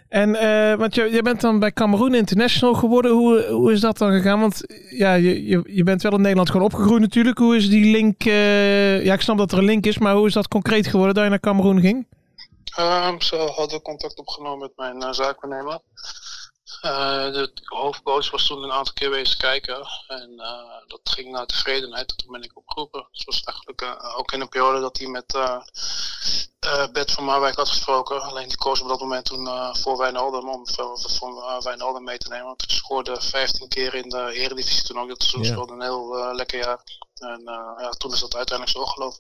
En eh, want je, je bent dan bij Cameroen International geworden. Hoe, hoe is dat dan gegaan? Want ja, je, je, je bent wel in Nederland gewoon opgegroeid natuurlijk. Hoe is die link? eh, ja, ik snap dat er een link is, maar hoe is dat concreet geworden dat je naar Cameroen ging? Ehm, zo hadden we contact opgenomen met mijn eh, zaakwaarnemer. Eh, de hoofdcoach was toen een aantal keer wezen kijken. En eh, dat ging naar tevredenheid. En Toen ben ik opgeroepen. Dus was eigenlijk eh, ook in een periode dat hij met eh eh, Bert van Marwijk had gesproken. Alleen die koos op dat moment toen eh, voor Wijnaldum. Om voor, voor eh, Wijnaldum mee te nemen. Want ik scoorde 15 keer in de Eredivisie toen ook. Dat seizoen Ja. speelde een heel eh, lekker jaar. En eh, ja, toen is dat uiteindelijk zo gelopen.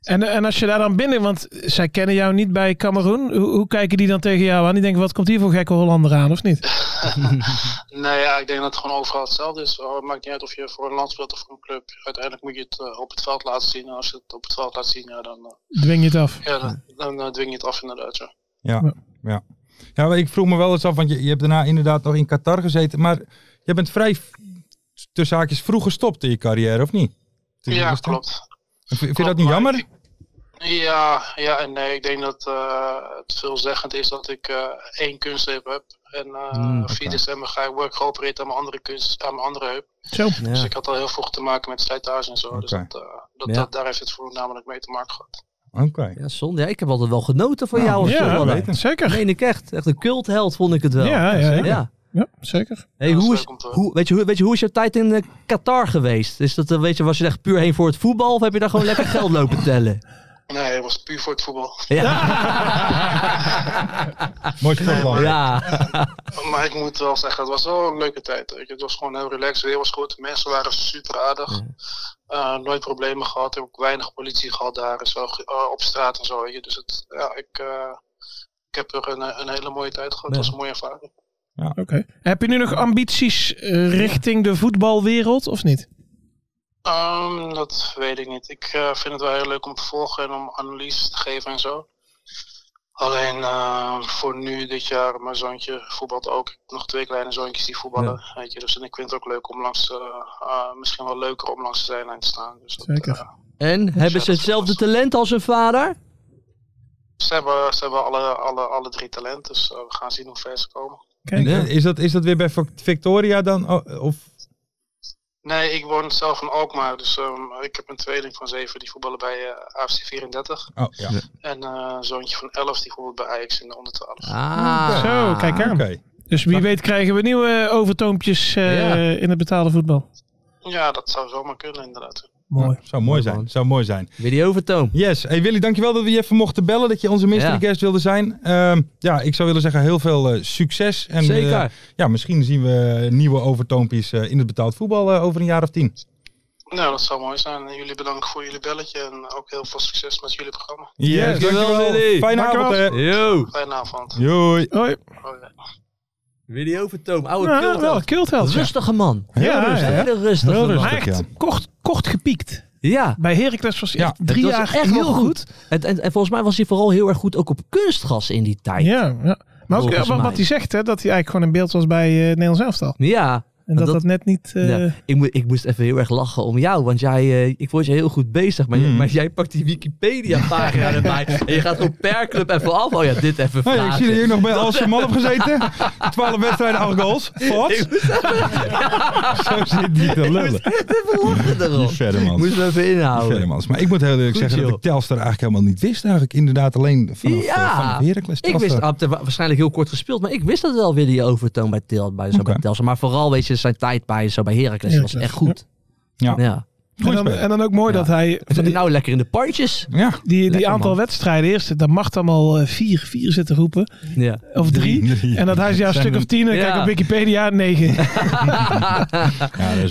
En, en als je daar dan binnen, want zij kennen jou niet bij Cameroen. Hoe, hoe kijken die dan tegen jou aan? Die denken, wat komt hier voor gekke Hollander aan, of niet? Nou ja, ik denk dat het gewoon overal hetzelfde is. Oh, Het maakt niet uit of je voor een land speelt of voor een club. Uiteindelijk moet je het eh, op het veld laten zien. En als je het op het veld laat zien, ja, dan, eh, Dwing je het af. ja, dan, dan, eh, dwing je het af inderdaad. Ja. Ja, ja. Ja, maar ik vroeg me wel eens af, want je, je hebt daarna inderdaad nog in Qatar gezeten. Maar je bent vrij, v- tussen haakjes, vroeg gestopt in je carrière, of niet? Toen je Ja, was toen- klopt. En v- Vind je dat Klopt, niet maar jammer? ik- Ja, ja, en nee, ik denk dat eh, het veelzeggend is dat ik eh, één kunstheup heb. En eh, 4 december ga ik work geopereerd aan mijn andere, kunst, aan mijn andere heup. Zo. Dus Ja. ik had al heel vroeg te maken met slijtage en zo. Dus Oké. dat, eh, dat, Ja. dat, daar heeft het voornamelijk mee te maken gehad. Oké. ja, zonde. Ja, ik heb altijd wel genoten van jou als Nou, Ja, voetballer. weten. zeker. Meen ik echt. Echt een cultheld vond ik het wel. Ja, ja, ja. ja. Ja, zeker. Hey, Ja, dat is hoe, leuk is, om te horen. hoe, weet je, hoe, weet je, hoe is jouw tijd in eh, Qatar geweest? Is dat, eh, weet je, was je er echt puur heen voor het voetbal of heb je daar gewoon lekker geld lopen tellen? Nee, het was puur voor het voetbal. Mooi sportland. Ja. Maar ik moet wel zeggen, het was wel een leuke tijd. weet je. Het was gewoon heel relaxed. Het weer was goed. De mensen waren super aardig. Eh, nooit problemen gehad. Ik heb ook weinig politie gehad daar en zo. eh, op straat en zo. weet je. Dus het, ja, ik, eh, ik heb er een, een hele mooie tijd gehad. Het was een mooie ervaring. Oké. Heb je nu nog ambities eh, richting de voetbalwereld of niet? Ehm, dat weet ik niet. Ik eh, vind het wel heel leuk om te volgen en om analyse te geven en zo. Alleen eh, voor nu, dit jaar, mijn zoontje voetbalt ook. Ik heb nog twee kleine zoontjes die voetballen. Weet je, dus en ik vind het ook leuk om langs, eh, eh, misschien wel leuker om langs de zijlijn te staan. Dus dat, Zeker. eh, En hebben ze hetzelfde talent als hun vader? ze hebben, ze hebben alle, alle, alle drie talent, dus eh, we gaan zien hoe ver ze komen. En, eh, is, dat, is dat weer bij Vic- Victoria dan? O- Of, Nee, ik woon zelf in Alkmaar, dus ehm, ik heb een tweeling van zeven die voetballen bij eh, AFC 34. oh, ja. Oké. En eh, een zoontje van elf die voetbalt bij Ajax in de onder 12. Ah. Zo, kijk aan. Dus wie weet krijgen we nieuwe overtoompjes eh, Ja. in het betaalde voetbal. Ja, dat zou zomaar kunnen inderdaad. Mooi. Zou mooi Mooi zijn. man. Zou mooi zijn. Weer die overtoom. Yes. Hey Willy, dankjewel dat we je even mochten bellen. Dat je onze mystery Ja. guest wilde zijn. Ehm, ja, ik zou willen zeggen heel veel eh, succes. En, Zeker. eh, ja, misschien zien we eh, nieuwe overtoompjes eh, in het betaald voetbal eh, over een jaar of tien. Nou, dat zou mooi zijn. En jullie bedankt voor jullie belletje en ook heel veel succes met jullie programma. Yes, dankjewel, Willy. Fijne Dankjewel. avond. eh. hè. Yo. Fijne avond. Oh, Joei. Hoi. Hoi. Weer die overtoom. Oude Ja, kilter. wel, het kiltheld. ja. Rustige man. Heel Ja, rustig. ja. Hele rustige Heel man. rustig. Maar echt ja. kort, kort gepiekt. Ja. Bij Heracles was hij Ja, echt het drie was jaar echt wel heel goed. goed. En, en, en volgens mij was hij vooral heel erg goed ook op kunstgas in die tijd. Ja, ja. Maar ook, Volgens eh, wat, mij. wat hij zegt, hè, dat hij eigenlijk gewoon in beeld was bij eh Nederlands Elftal. Ja, En dat Dat- dat, net niet... eh, Ja, ik, mo- ik moest even heel erg lachen om jou, want jij, eh, ik vond je heel goed bezig, maar, je- Mm. maar jij pakt die Wikipedia-pagina erbij en je gaat gewoon per club even af. Oh ja, dit even Hey, ik vragen. zie dat je ook nog bij Alsje Man hebt gezeten. 12 wedstrijden, 8 goals. Wat? Zo zit die te lullen. Even lachen erop. Niet verder, man. Moest hem even inhouden. Verdermans. Maar ik moet heel eerlijk Goed, zeggen dat joh. ik Telstar eigenlijk helemaal niet wist. Eigenlijk inderdaad alleen vanaf, Ja. eh, vanaf Heracles Ik wist, Telstar. ah, te- wa- waarschijnlijk heel kort gespeeld, maar ik wist dat wel weer die overtoon bij, Tel, bij, zo bij Oké. Telstar. Maar vooral, weet je, zijn tijd bij, zo bij Heracles was Heracles, echt goed. ja. Ja. Ja. en, dan, speler. en dan ook mooi dat hij... Nou, lekker in de partjes. Ja. Die, die Lekker, aantal man. wedstrijden eerst, daar mag dan al eh, vier, vier zitten roepen. Ja. Of drie. Drie. En dat hij is ja, een Zijn stuk we- of tien. En Ja. kijk op Wikipedia, negen. Ja, dat is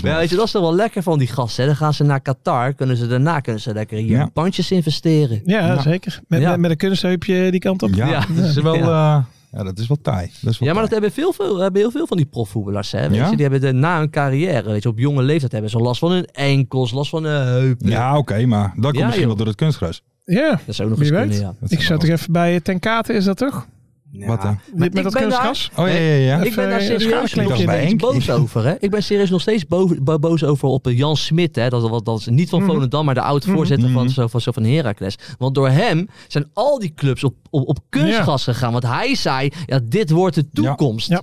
Ja, mooi. weet je, dat is toch wel lekker van die gasten. hè? Dan gaan ze naar Qatar, kunnen ze daarna kunnen ze lekker hier Ja. in pandjes investeren. Ja, zeker. Met, Ja. met, met een kunstheupje die kant op. Ja, Ja. dat is wel... eh, ja, dat is wel taai. Dat is wel Ja, maar dat taai. hebben veel, veel, hebben heel veel van die profvoetballers. Hè, weet Ja? je? Die hebben de, na hun carrière, weet je, op jonge leeftijd hebben ze last van hun enkels, last van hun heupen. Ja, oké, maar dat komt Ja, misschien joh. wel door het kunstgras. Ja. Dat is ook nog Wie eens weet. kunnen, ja. Dat Ik zou zat wel- toch even bij eh, Ten Kate, is dat toch? Wat eh? dan? Met, ik met dat ben daar- kunstgras? Oh ja, ja, ja. Ik ben daar Even eh, een serieus schakelklinkje nog Dat was bij steeds Henk. boos over. Hè? Ik ben serieus nog steeds boos, bo- boos over op eh, Jan Smit. Hè? Dat, dat, dat is niet Mhm. van Volendam, maar de oud-voorzitter Mhm. van, zo- van, zo van Heracles. Want door hem zijn al die clubs op, op, op kunstgas gegaan. Want hij zei, ja, dit wordt de toekomst. Ja.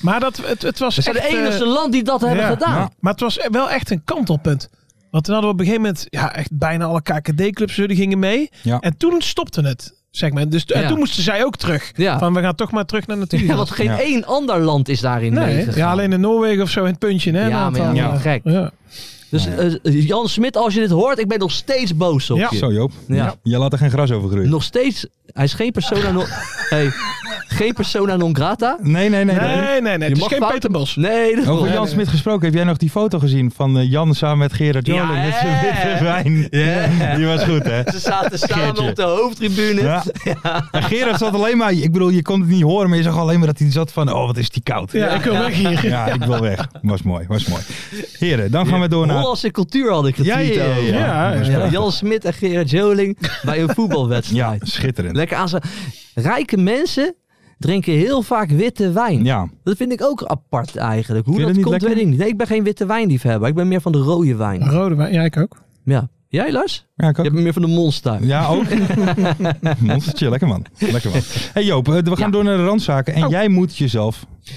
Maar dat, het, het was We zijn echt... het eh, enige land die dat hebben ja. gedaan. Ja. Maar het was wel echt een kantelpunt. Want toen hadden we op een gegeven moment... Ja, echt bijna alle KKD-clubs die gingen mee. Ja. En toen stopte het, zeg maar. Dus, en Ja. toen moesten zij ook terug. Ja. Van, we gaan toch maar terug naar natuur. Ja, want geen Ja. één ander land is daarin Nee, meegegaan. ja, alleen in Noorwegen of zo in het puntje. Hè, Ja, een maar ja, aantal, ja, eh, gek. Ja. Dus eh, Jan Smit, als je dit hoort, ik ben nog steeds boos op Ja. je. Zo Joop, Ja. jij laat er geen gras over groeien. Nog steeds, hij is geen persona non, hey, geen persona non grata. Nee, nee, nee. nee. Nee, nee, nee. Het is geen fouten- Peter Bos. Nee, dat Over klopt. Jan Smit gesproken, heb jij nog die foto gezien van eh, Jan samen met Gerard Ja, Joling met zijn hè? witte wijn? Ja. Die was goed, hè? Ze zaten samen Geertje. op de hoofdtribune. Ja. En Gerard zat alleen maar, ik bedoel, je kon het niet horen, maar je zag alleen maar dat hij zat van, oh wat is die koud. Ja, ik wil weg hier. Ja, ik wil weg. Was mooi, was mooi. Heren, dan gaan we door naar... Hollandse cultuur had ik eh, Ja, getweet ja, ja, over. ja. Ja, Dat was Ja, prachtig. Jan Smit en Gerard Joling bij een ja, voetbalwedstrijd. schitterend. Lekker aan ze. Rijke mensen drinken heel vaak witte wijn. Ja, Dat vind ik ook apart eigenlijk. Vind Hoe je dat dat komt, niet lekker? weet ik niet. Nee, ik ben geen witte wijnliefhebber. Ik ben meer van de rode wijn. Rode wijn, ja, ik ook. Ja. Jij, Lars? ja ik Je ook. bent meer van de monster. Ja, ook. Monstertje, lekker man. Lekker man. Hey Joop, eh, we gaan Ja. door naar de randzaken en jij moet jezelf Ja,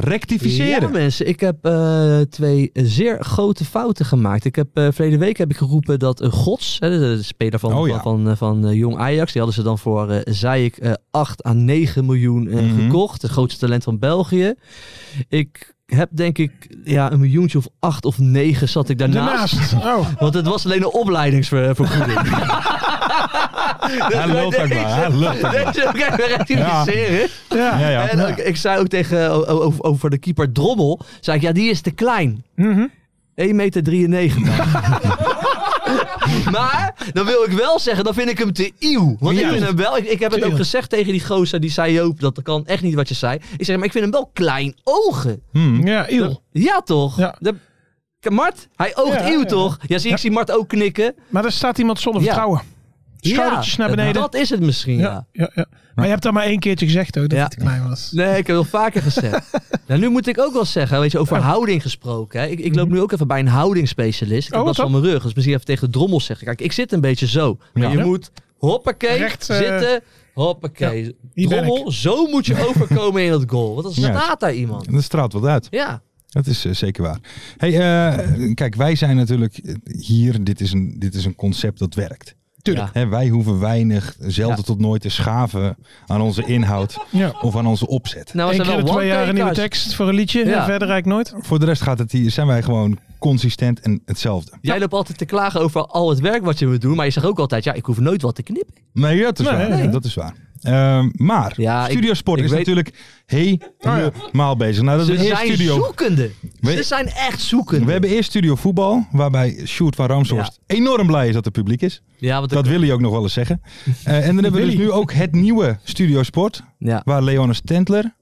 rectificeren. mensen. Ik heb eh, twee zeer grote fouten gemaakt. Ik heb, eh verleden week heb ik geroepen dat eh, Gods, hè, de, de speler van, Oh, ja. van, van, eh, van, eh, Jong Ajax, die hadden ze dan voor, eh, zei ik, eh 8 à 9 miljoen eh, Mhm. gekocht. Het grootste talent van België. Ik heb denk ik ja, een miljoentje of acht of negen zat ik daarnaast. Daarnaast. Oh, Want het was alleen een opleidingsvergoeding. Hij lult ook maar. Hij lult ook maar. Deze kan je rectificeren. Ja. Ja, ja. En ook- ik zei ook tegen, o- o- over, over de keeper Drommel, zei ik, ja, die is te klein. Mhm. 1,93 meter. maar, dan wil ik wel zeggen, dan vind ik hem te eeuw. Want ik Juist. vind hem wel, ik, ik heb het ook Tuurlijk. gezegd tegen die gozer, die zei Joop, dat kan echt niet wat je zei. Ik zeg, maar ik vind hem wel klein ogen. Hmm. Ja, eeuw. Ja, toch? Ja. De- Kijk, Mart, hij oogt Ja, eeuw, ja. toch? Ja, zie, ik Ja. zie Mart ook knikken. Maar daar staat iemand zonder Ja. vertrouwen. Schoudertjes Ja, naar beneden. Dat is het misschien, ja. Ja, ja, ja. Maar je hebt dat maar één keertje gezegd ook, dat Ja. het te klein was. Nee, ik heb wel vaker gezegd. nou, nu moet ik ook wel zeggen, weet je, over houding gesproken. Hè. Ik, ik loop nu ook even bij een houdingsspecialist. Ik heb Mhm. Oh, last wat van mijn rug, dus misschien even tegen de drommel zeggen. Kijk, ik zit een beetje zo. Maar je Ja. moet, hoppakee, Recht, eh, zitten, hoppakee. hier ben drommel, zo moet je overkomen in dat goal. Want dan Ja. staat daar iemand. Dat straalt wat uit. Ja, Dat is eh, zeker waar. Hey, eh, kijk, wij zijn natuurlijk eh, hier. Dit is een, dit is een concept dat werkt. Tuurlijk. Hè, wij hoeven weinig, zelden Ja. tot nooit te schaven aan onze inhoud Ja. of aan onze opzet. nou Eén is er keer wel de twee jaar een nieuwe one-takers. tekst voor een liedje. Ja. En verder eigenlijk nooit. Voor de rest gaat het hier, zijn wij gewoon consistent en hetzelfde. Jij loopt altijd te klagen over al het werk wat je moet doen. Maar je zegt ook altijd, ja, ik hoef nooit wat te knippen. Nee, dat is Nee, waar. nee. Dat is waar. Ehm, maar Ja, ik- Studiosport ik is weet- natuurlijk helemaal bezig. Nou, dat Ze is eerst zijn studio. zoekende. Weet- Ze zijn echt zoekende. We hebben eerst studio voetbal, waarbij Sjoerd van Ramshorst enorm blij is dat er publiek is. ja, want Dat wil hij ook nog wel eens zeggen. Eh, en dan hebben we dus nu ook het nieuwe Studio Sport, ja. waar Leonis Tentler...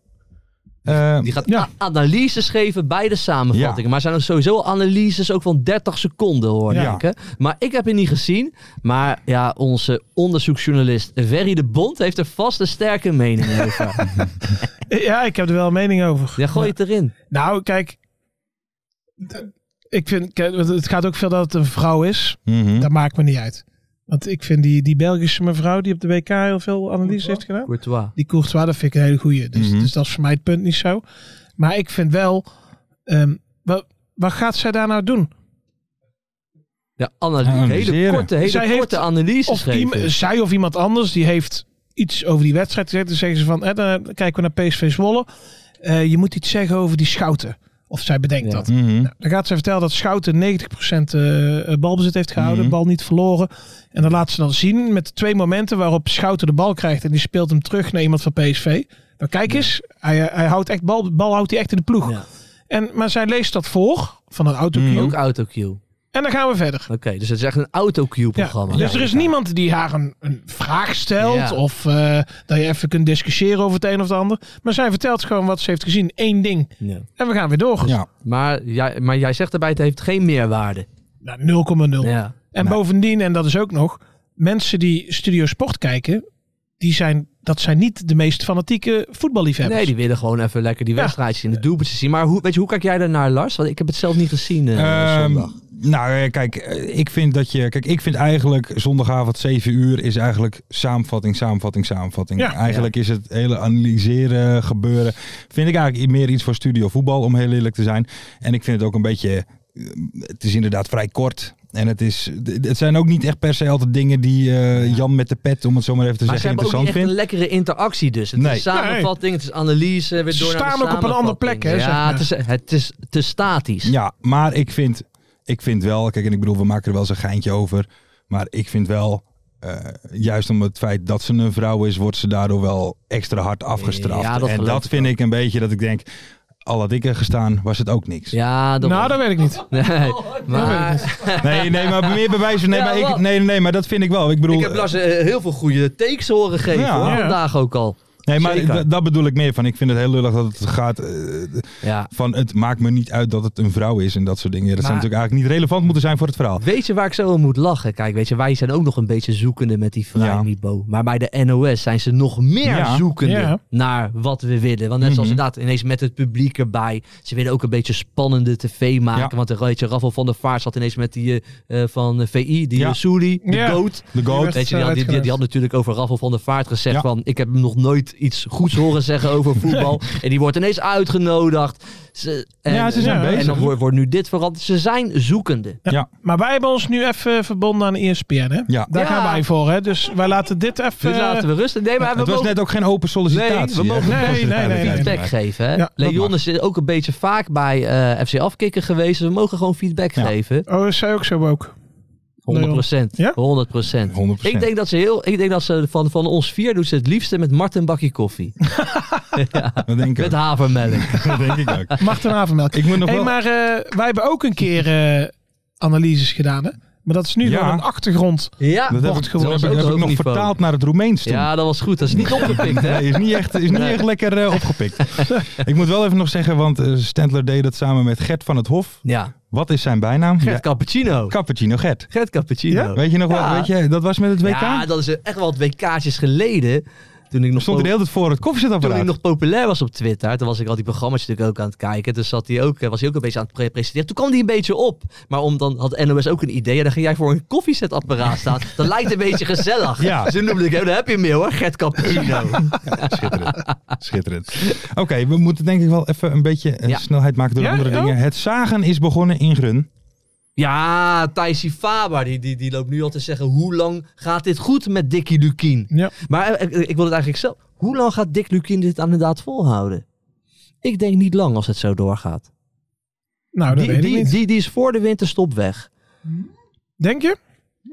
eh, Die gaat Ja. analyses geven bij de samenvattingen. Ja. Maar er zijn er sowieso analyses ook van 30 seconden hoor Ja. ik. Hè? Maar ik heb het niet gezien. Maar ja, onze onderzoeksjournalist Verry de Bond heeft er vast een sterke mening over. Ja, ik heb er wel een mening over. ja, gooi het erin. Nou, kijk. d- Ik vind, kijk, want het gaat ook veel dat het een vrouw is. Hm? mhm. Dat maakt me niet uit. Want ik vind die, die Belgische mevrouw die op de WK heel veel analyse heeft gedaan. Courtois. Die Courtois, dat vind ik een hele goeie. Dus, Mhm. dus dat is voor mij het punt niet zo. Maar ik vind wel... ehm, wat, wat gaat zij daar nou doen? Ja, analyse. Hele Analyseren. korte, hele Zij heeft- korte analyses Of geven. iem- zij of iemand anders, die heeft iets over die wedstrijd gezegd. Dan zeggen ze van, eh, dan kijken we naar PSV Zwolle. Eh, je moet iets zeggen over die schouten. Of zij bedenkt Ja. dat. Mhm. Dan gaat ze vertellen dat Schouten 90% eh, eh, balbezit heeft gehouden, Mhm. bal niet verloren. En dan laat ze dan zien met de twee momenten waarop Schouten de bal krijgt en die speelt hem terug naar iemand van PSV. Dan Nou, kijk eens, hij, eh, hij houdt echt bal, bal houdt hij echt in de ploeg. Ja. Mhm. En, maar zij leest dat voor van een autocue. Ook autocue. Oké, En dan gaan we verder. dus het is echt een autocue Ja. programma. Dus er is niemand die haar een, een vraag stelt Ja. of eh, dat je even kunt discussiëren over het een of het ander. Maar zij vertelt gewoon wat ze heeft gezien. Eén ding. Ja. En we gaan weer door. Ja. Maar, jij, maar jij zegt daarbij, het heeft geen meerwaarde. Nou, 0,0. Ja. En bovendien, en dat is ook nog, mensen die Studio Sport kijken, die zijn, dat zijn niet de meest fanatieke voetballiefhebbers. Nee, die willen gewoon even lekker die Ja. wedstrijdjes in de doelpunten zien. Maar hoe, weet je, hoe kijk jij daarnaar, Lars? Want ik heb het zelf niet gezien eh, Ehm, zondag. nou, eh, kijk, eh, ik vind dat je. Kijk, ik vind eigenlijk zondagavond 7 uur is eigenlijk samenvatting, samenvatting, samenvatting. Ja. eigenlijk is het hele analyseren gebeuren. Vind ik eigenlijk meer iets voor studio voetbal, om heel eerlijk te zijn. En ik vind het ook een beetje. eh, Het is inderdaad vrij kort. En het, is, het zijn ook niet echt per se altijd dingen die eh, Jan met de pet, om het zo maar even te Maar ze zeggen, hebben ook niet interessant echt een vindt. lekkere interactie dus. Het Nee. is samenvatting, het is analyse, weer Ze door naar de staan ook op een samenvatting. andere plek, hè, zeg Ja, maar. het, is, het is te statisch. Ja, maar ik vind, ik vind wel, kijk, en ik bedoel, we maken er wel eens een geintje over. Maar ik vind wel, eh, juist om het feit dat ze een vrouw is, wordt ze daardoor wel extra hard afgestraft. Ja, dat en geloof dat ik vind ik een beetje dat ik denk, al had ik er gestaan, was het ook niks. Ja, dat Nou, dat weet ik niet. Nee, maar... Nee, nee, maar meer bewijzen. Nee, Ja, maar ik, wat? nee, nee, maar dat vind ik wel. Ik bedoel, Ik heb Lars eh, heel veel goede takes horen geven, Ja. hoor, Ja. vandaag ook al. nee, maar zeker. d- dat bedoel ik meer van. Ik vind het heel lullig dat het gaat eh, Ja. van het maakt me niet uit dat het een vrouw is en dat soort dingen. Dat zou Maar- natuurlijk eigenlijk niet relevant moeten zijn voor het verhaal. Weet je waar ik zo om moet lachen? Kijk, weet je, wij zijn ook nog een beetje zoekende met die Ja. vrijniveau. Maar bij de NOS zijn ze nog meer Ja. zoekende Ja. naar wat we willen. Want net zoals Mhm. inderdaad, ineens met het publiek erbij. Ze willen ook een beetje spannende tv maken. Ja. Want de weet je, Raffel van der Vaart zat ineens met die eh, eh, van eh, VI, die Ja. eh, Soeli, de Ja. GOAT. De Die goat. werd- Weet je, die, had- die, die- die had natuurlijk over Raffel van der Vaart gezegd Ja. van... ik heb hem nog nooit iets goeds horen zeggen over voetbal. En die wordt ineens uitgenodigd. Ze, en, Ja, ze zijn en, bezig. dan wordt, wordt nu dit veranderd. Ze zijn zoekende. Maar wij hebben ons nu even verbonden aan E ESPN, hè? Ja. Daar Ja. gaan wij voor, hè? Dus wij laten dit even... Dus laten we rusten. Nee, maar we Eh, Het was mogen- net ook geen open sollicitatie. Nee, we hè? mogen- Nee, nee, nee, nee, nee. Feedback. feedback geven. Hè? Ja, dat Leon is ook een beetje vaak bij eh, FC Afkikken geweest. Dus we mogen gewoon feedback Ja. geven. Oh, is zij ook zo ook? 100%. Ja? 100%. 100%. Ik denk dat ze heel. Ik denk dat ze van, van ons vier doet ze het liefste met Marten een bakje koffie. Dat denk ik Met ook. havermelk. Dat denk ik ook. Macht en havermelk. Ik moet nog Hey, wel... maar eh, wij hebben ook een keer eh, analyses gedaan, hè? Maar dat is nu Ja. gewoon een achtergrond. Ja, Dat heb wordt ik, dat gewoon heb ik- zo'n heb ik hoog nog niveau. vertaald naar het Roemeens toen. ja, dat was goed. Dat is niet opgepikt, hè? Nee, is niet echt, is niet echt lekker eh, opgepikt. ik moet wel even nog zeggen, want eh, Stendler deed dat samen met Gert van het Hof. Ja. Wat is zijn bijnaam? Gert Ja, Cappuccino. Cappuccino Gert. Gert Cappuccino. Ja? Weet je nog Ja. wel, weet je, dat was met het WK. Ja, dat is echt wel wat WK'tjes geleden. Toen ik nog Stond er de hele tijd voor het Toen ik koffiezetapparaat. nog populair was op Twitter, toen was ik al die programma's natuurlijk ook aan het kijken. Toen zat hij ook, eh, was hij ook een beetje aan het pre- presenteren. Toen kwam hij een beetje op. Maar om, dan had NOS ook een idee. En dan ging jij voor een koffiezetapparaat staan. Dat lijkt een beetje gezellig. Ja. Dus toen noemde ik hem, daar heb je hem heel, hoor, Gert Cappuccino. Schitterend. Schitterend. Oké, we moeten denk ik wel even een beetje eh, Ja. Oh. snelheid maken door Ja, andere ja. dingen. Het zagen is begonnen in Grun. ja, Thijsie Faber, die, die, die loopt nu al te zeggen, hoe lang gaat dit goed met Dickie Lukien? Ja. Maar eh, eh, ik wil het eigenlijk zelf. Hoe lang gaat Dick Lukien dit inderdaad volhouden? Ik denk niet lang als het zo doorgaat. Nou, dat Die, weet ik die, niet. die, die is voor de winterstop weg. Denk je?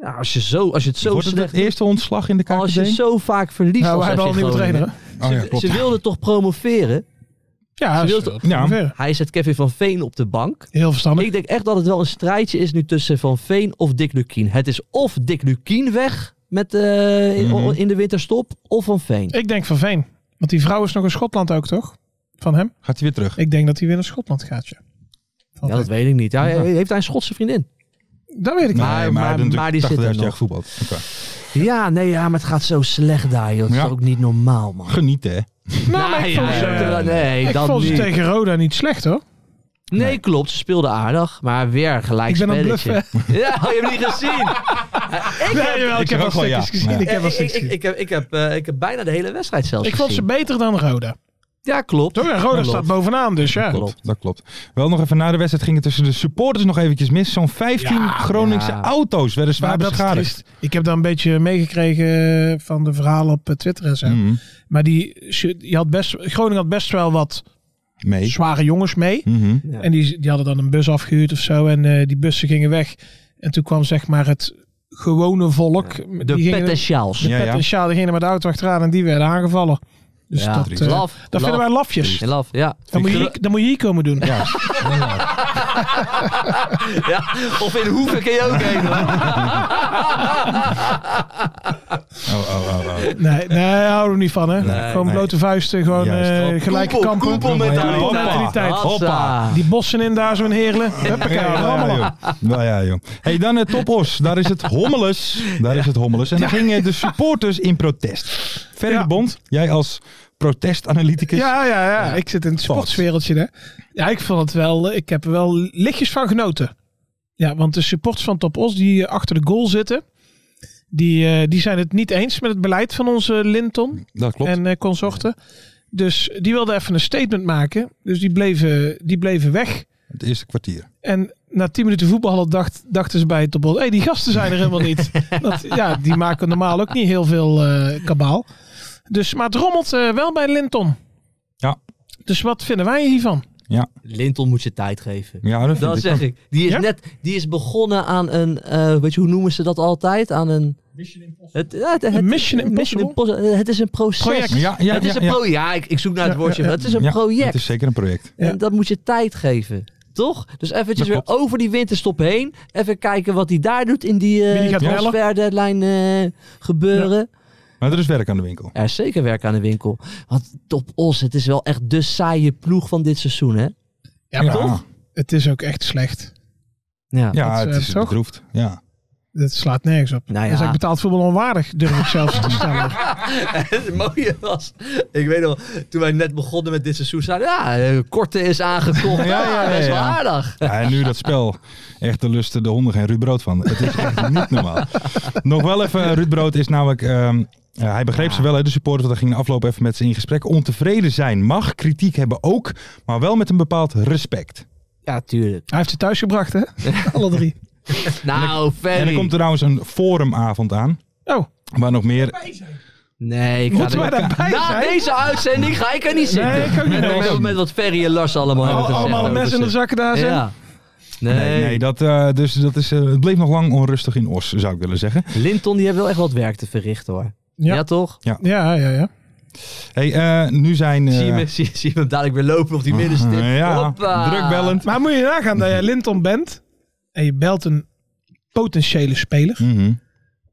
Ja, als je, zo, als je het zo Wordt het slecht het eerste ontslag in de KKD? Als je zo vaak verliest Nou, we als hebben al FC een nieuwe Groningen. trainer. hè? Oh ja, Ze- klopt. Ze wilden toch promoveren. Ja, Ze is- wil Ja. ongeveer. Hij zet Kevin van Veen op de bank. heel verstandig. Ik denk echt dat het wel een strijdje is nu tussen Van Veen of Dick Lukien. Het is of Dick Lukien weg met, eh, in, Mhm. in de winterstop of Van Veen. Ik denk van Veen. Want die vrouw is nog in Schotland ook, toch? Van hem. Gaat hij weer terug? Ik denk dat hij weer naar Schotland gaat, ja. Van Ja, dat Veen. weet ik niet. Ja, hij- Heeft hij een Schotse vriendin? dat weet Nee, ik niet. maar- maar, maar- maar, maar die zit er nog. voetbal. Ja, nee, ja, maar het gaat zo slecht daar. joh. Dat is Ja. toch ook niet normaal, man. Genieten, hè? Nou, maar ik ja, vond ze- ja, ja. nee, ik dat vond ze niet. tegen Roda niet slecht, hoor. Nee, klopt. Ze speelde aardig, maar weer gelijk Ik ben aan het spelletje. Ja, oh, je hebt niet gezien. ik heb Nee, jawel, ik zeg heb wel ook wel stukjes ja. gezien. Ja. Ik heb wel Eh, ik, ik, ik, stukjes gezien. ik heb, ik, heb, eh, ik heb bijna de hele wedstrijd zelfs Ik vond ze gezien. beter dan Roda. Ja, klopt. Toch? En Roda Klopt. staat bovenaan, dus ja. Klopt. Dat klopt. Wel nog even na de wedstrijd ging het tussen de supporters nog eventjes mis. Zo'n 15 Groningse ja. auto's werden zwaar Maar dat is beschadigd. triest. Ik heb daar een beetje meegekregen van de verhalen op eh, Twitter en zo. Mhm. Maar die, je had best, Groningen had best wel wat Mee. zware jongens mee. Mhm. Ja. En die, die hadden dan een bus afgehuurd of zo. En eh, die bussen gingen weg. En toen kwam zeg maar het gewone volk. De die gingen, pet en sjaals. de Ja, pet ja. en sjaal, die gingen met de auto achteraan en die werden aangevallen. Dus Ja, dat, eh, triest. Laf, laf. dat vinden wij lafjes. En laf, ja. Dan moet, je, hier- dan moet je hier komen doen. Ja. ja. Of in hoeven kun je ook heen. hoor. Oh, oh, oh, oh. Nee, nee, houden we niet van hè. Nee, gewoon nee. blote vuisten, gewoon Juist. eh, Koepel, gelijke kampen. koepel met Koepel haar. mentaliteit. Hoppa. Hoppa. Die bossen in daar zo in Heerlen. Huppakee, Ja, ja, rammelen. joh. Nou ja, joh. Hey, dan het Topos. Daar is het hommeles. Daar is het hommeles. En dan gingen de supporters in protest. Ferry Ja. de Bond, jij als protestanalyticus. Ja, ja, ja, Ik zit in het Thoughts. sportswereldje, hè. Ja, ik vond het wel... Ik heb er wel lichtjes van genoten. Ja, want de supporters van Top Os die eh, achter de goal zitten... Die, eh, die zijn het niet eens met het beleid van onze Linton Dat klopt. en eh, consorten. Dus die wilden even een statement maken. Dus die bleven, die bleven weg. Het eerste kwartier. En na tien minuten voetballen dacht, dachten ze bij Top Os... Hé, hey, die gasten zijn er helemaal niet. Dat, ja, die maken normaal ook niet heel veel eh, kabaal. Dus, maar het rommelt eh, wel bij Linton. Ja. Dus wat vinden wij hiervan? Linton moet je tijd geven. Ja, dat, vind Dat ik zeg ook. ik. Die is Ja? net, die is begonnen aan een, eh, weet je, hoe noemen ze dat altijd? Aan een... Het, ja, het, het- Mission Impossible? Impossible. Het is een proces. Project. Ja, ja, het is ja, een ja. pro ja, ik, ik zoek naar het Ja, woordje. ja, ja. Het is een Ja, project. Het is zeker een project. Ja. En dat moet je tijd geven. Toch? Dus eventjes Dat weer klopt. over die winterstop heen. Even kijken wat hij daar doet in die Wie die eh gaat bellen. transfer deadline eh, gebeuren. Maar er is werk aan de winkel. Er is zeker werk aan de winkel. Want Top Os, het is wel echt de saaie ploeg van dit seizoen, hè? Ja, maar ja, het is ook echt slecht. Ja. Ja, Dat is, het eh, is toch? bedroefd. Ja. Dat slaat nergens op. Nou ja. Dat is eigenlijk betaald voetbal onwaardig, durf ik zelfs te stellen. het mooie was, ik weet nog, toen wij net begonnen met dit seizoen, zeiden we, ja, eh, Korte is aangekocht. Ja, ja, ja, best wel ja. aardig. Ja, en nu dat spel. Echt, de lusten de honden geen Ruud Brood van. Het is echt niet normaal. Nog wel even, eh, Ruud Brood is namelijk... ehm, eh, hij begreep ze wel, hè, de supporters, want hij ging afloop even met ze in gesprek. Ontevreden zijn mag, kritiek hebben ook, maar wel met een bepaald respect. Ja, tuurlijk. Hij heeft ze thuis gebracht, hè? Alle drie. Nou, En er Ferry. komt trouwens een forumavond aan, Oh, waar nog meer... Nee, ik ga moeten wij er- daarbij Na zijn? deze uitzending ga ik er niet zitten. ik ook niet. Met, met wat Ferry en Lars allemaal hebben Al- gezegd. allemaal over mensen in de ze. zakken daar zijn. Ja. Nee. Nee, nee dat, eh, dus dat is, eh, het bleef nog lang onrustig in Os, zou ik willen zeggen. Linton die heeft wel echt wat werk te verrichten hoor. Ja, Ja. toch? Ja, ja, ja. Hey, eh, nu zijn... eh, Zie, je me, zie, zie je hem dadelijk weer lopen op die middenstip? ja, Hoppa. drukbellend. Maar moet je nagaan dat jij Linton bent en je belt een potentiële speler. Mhm.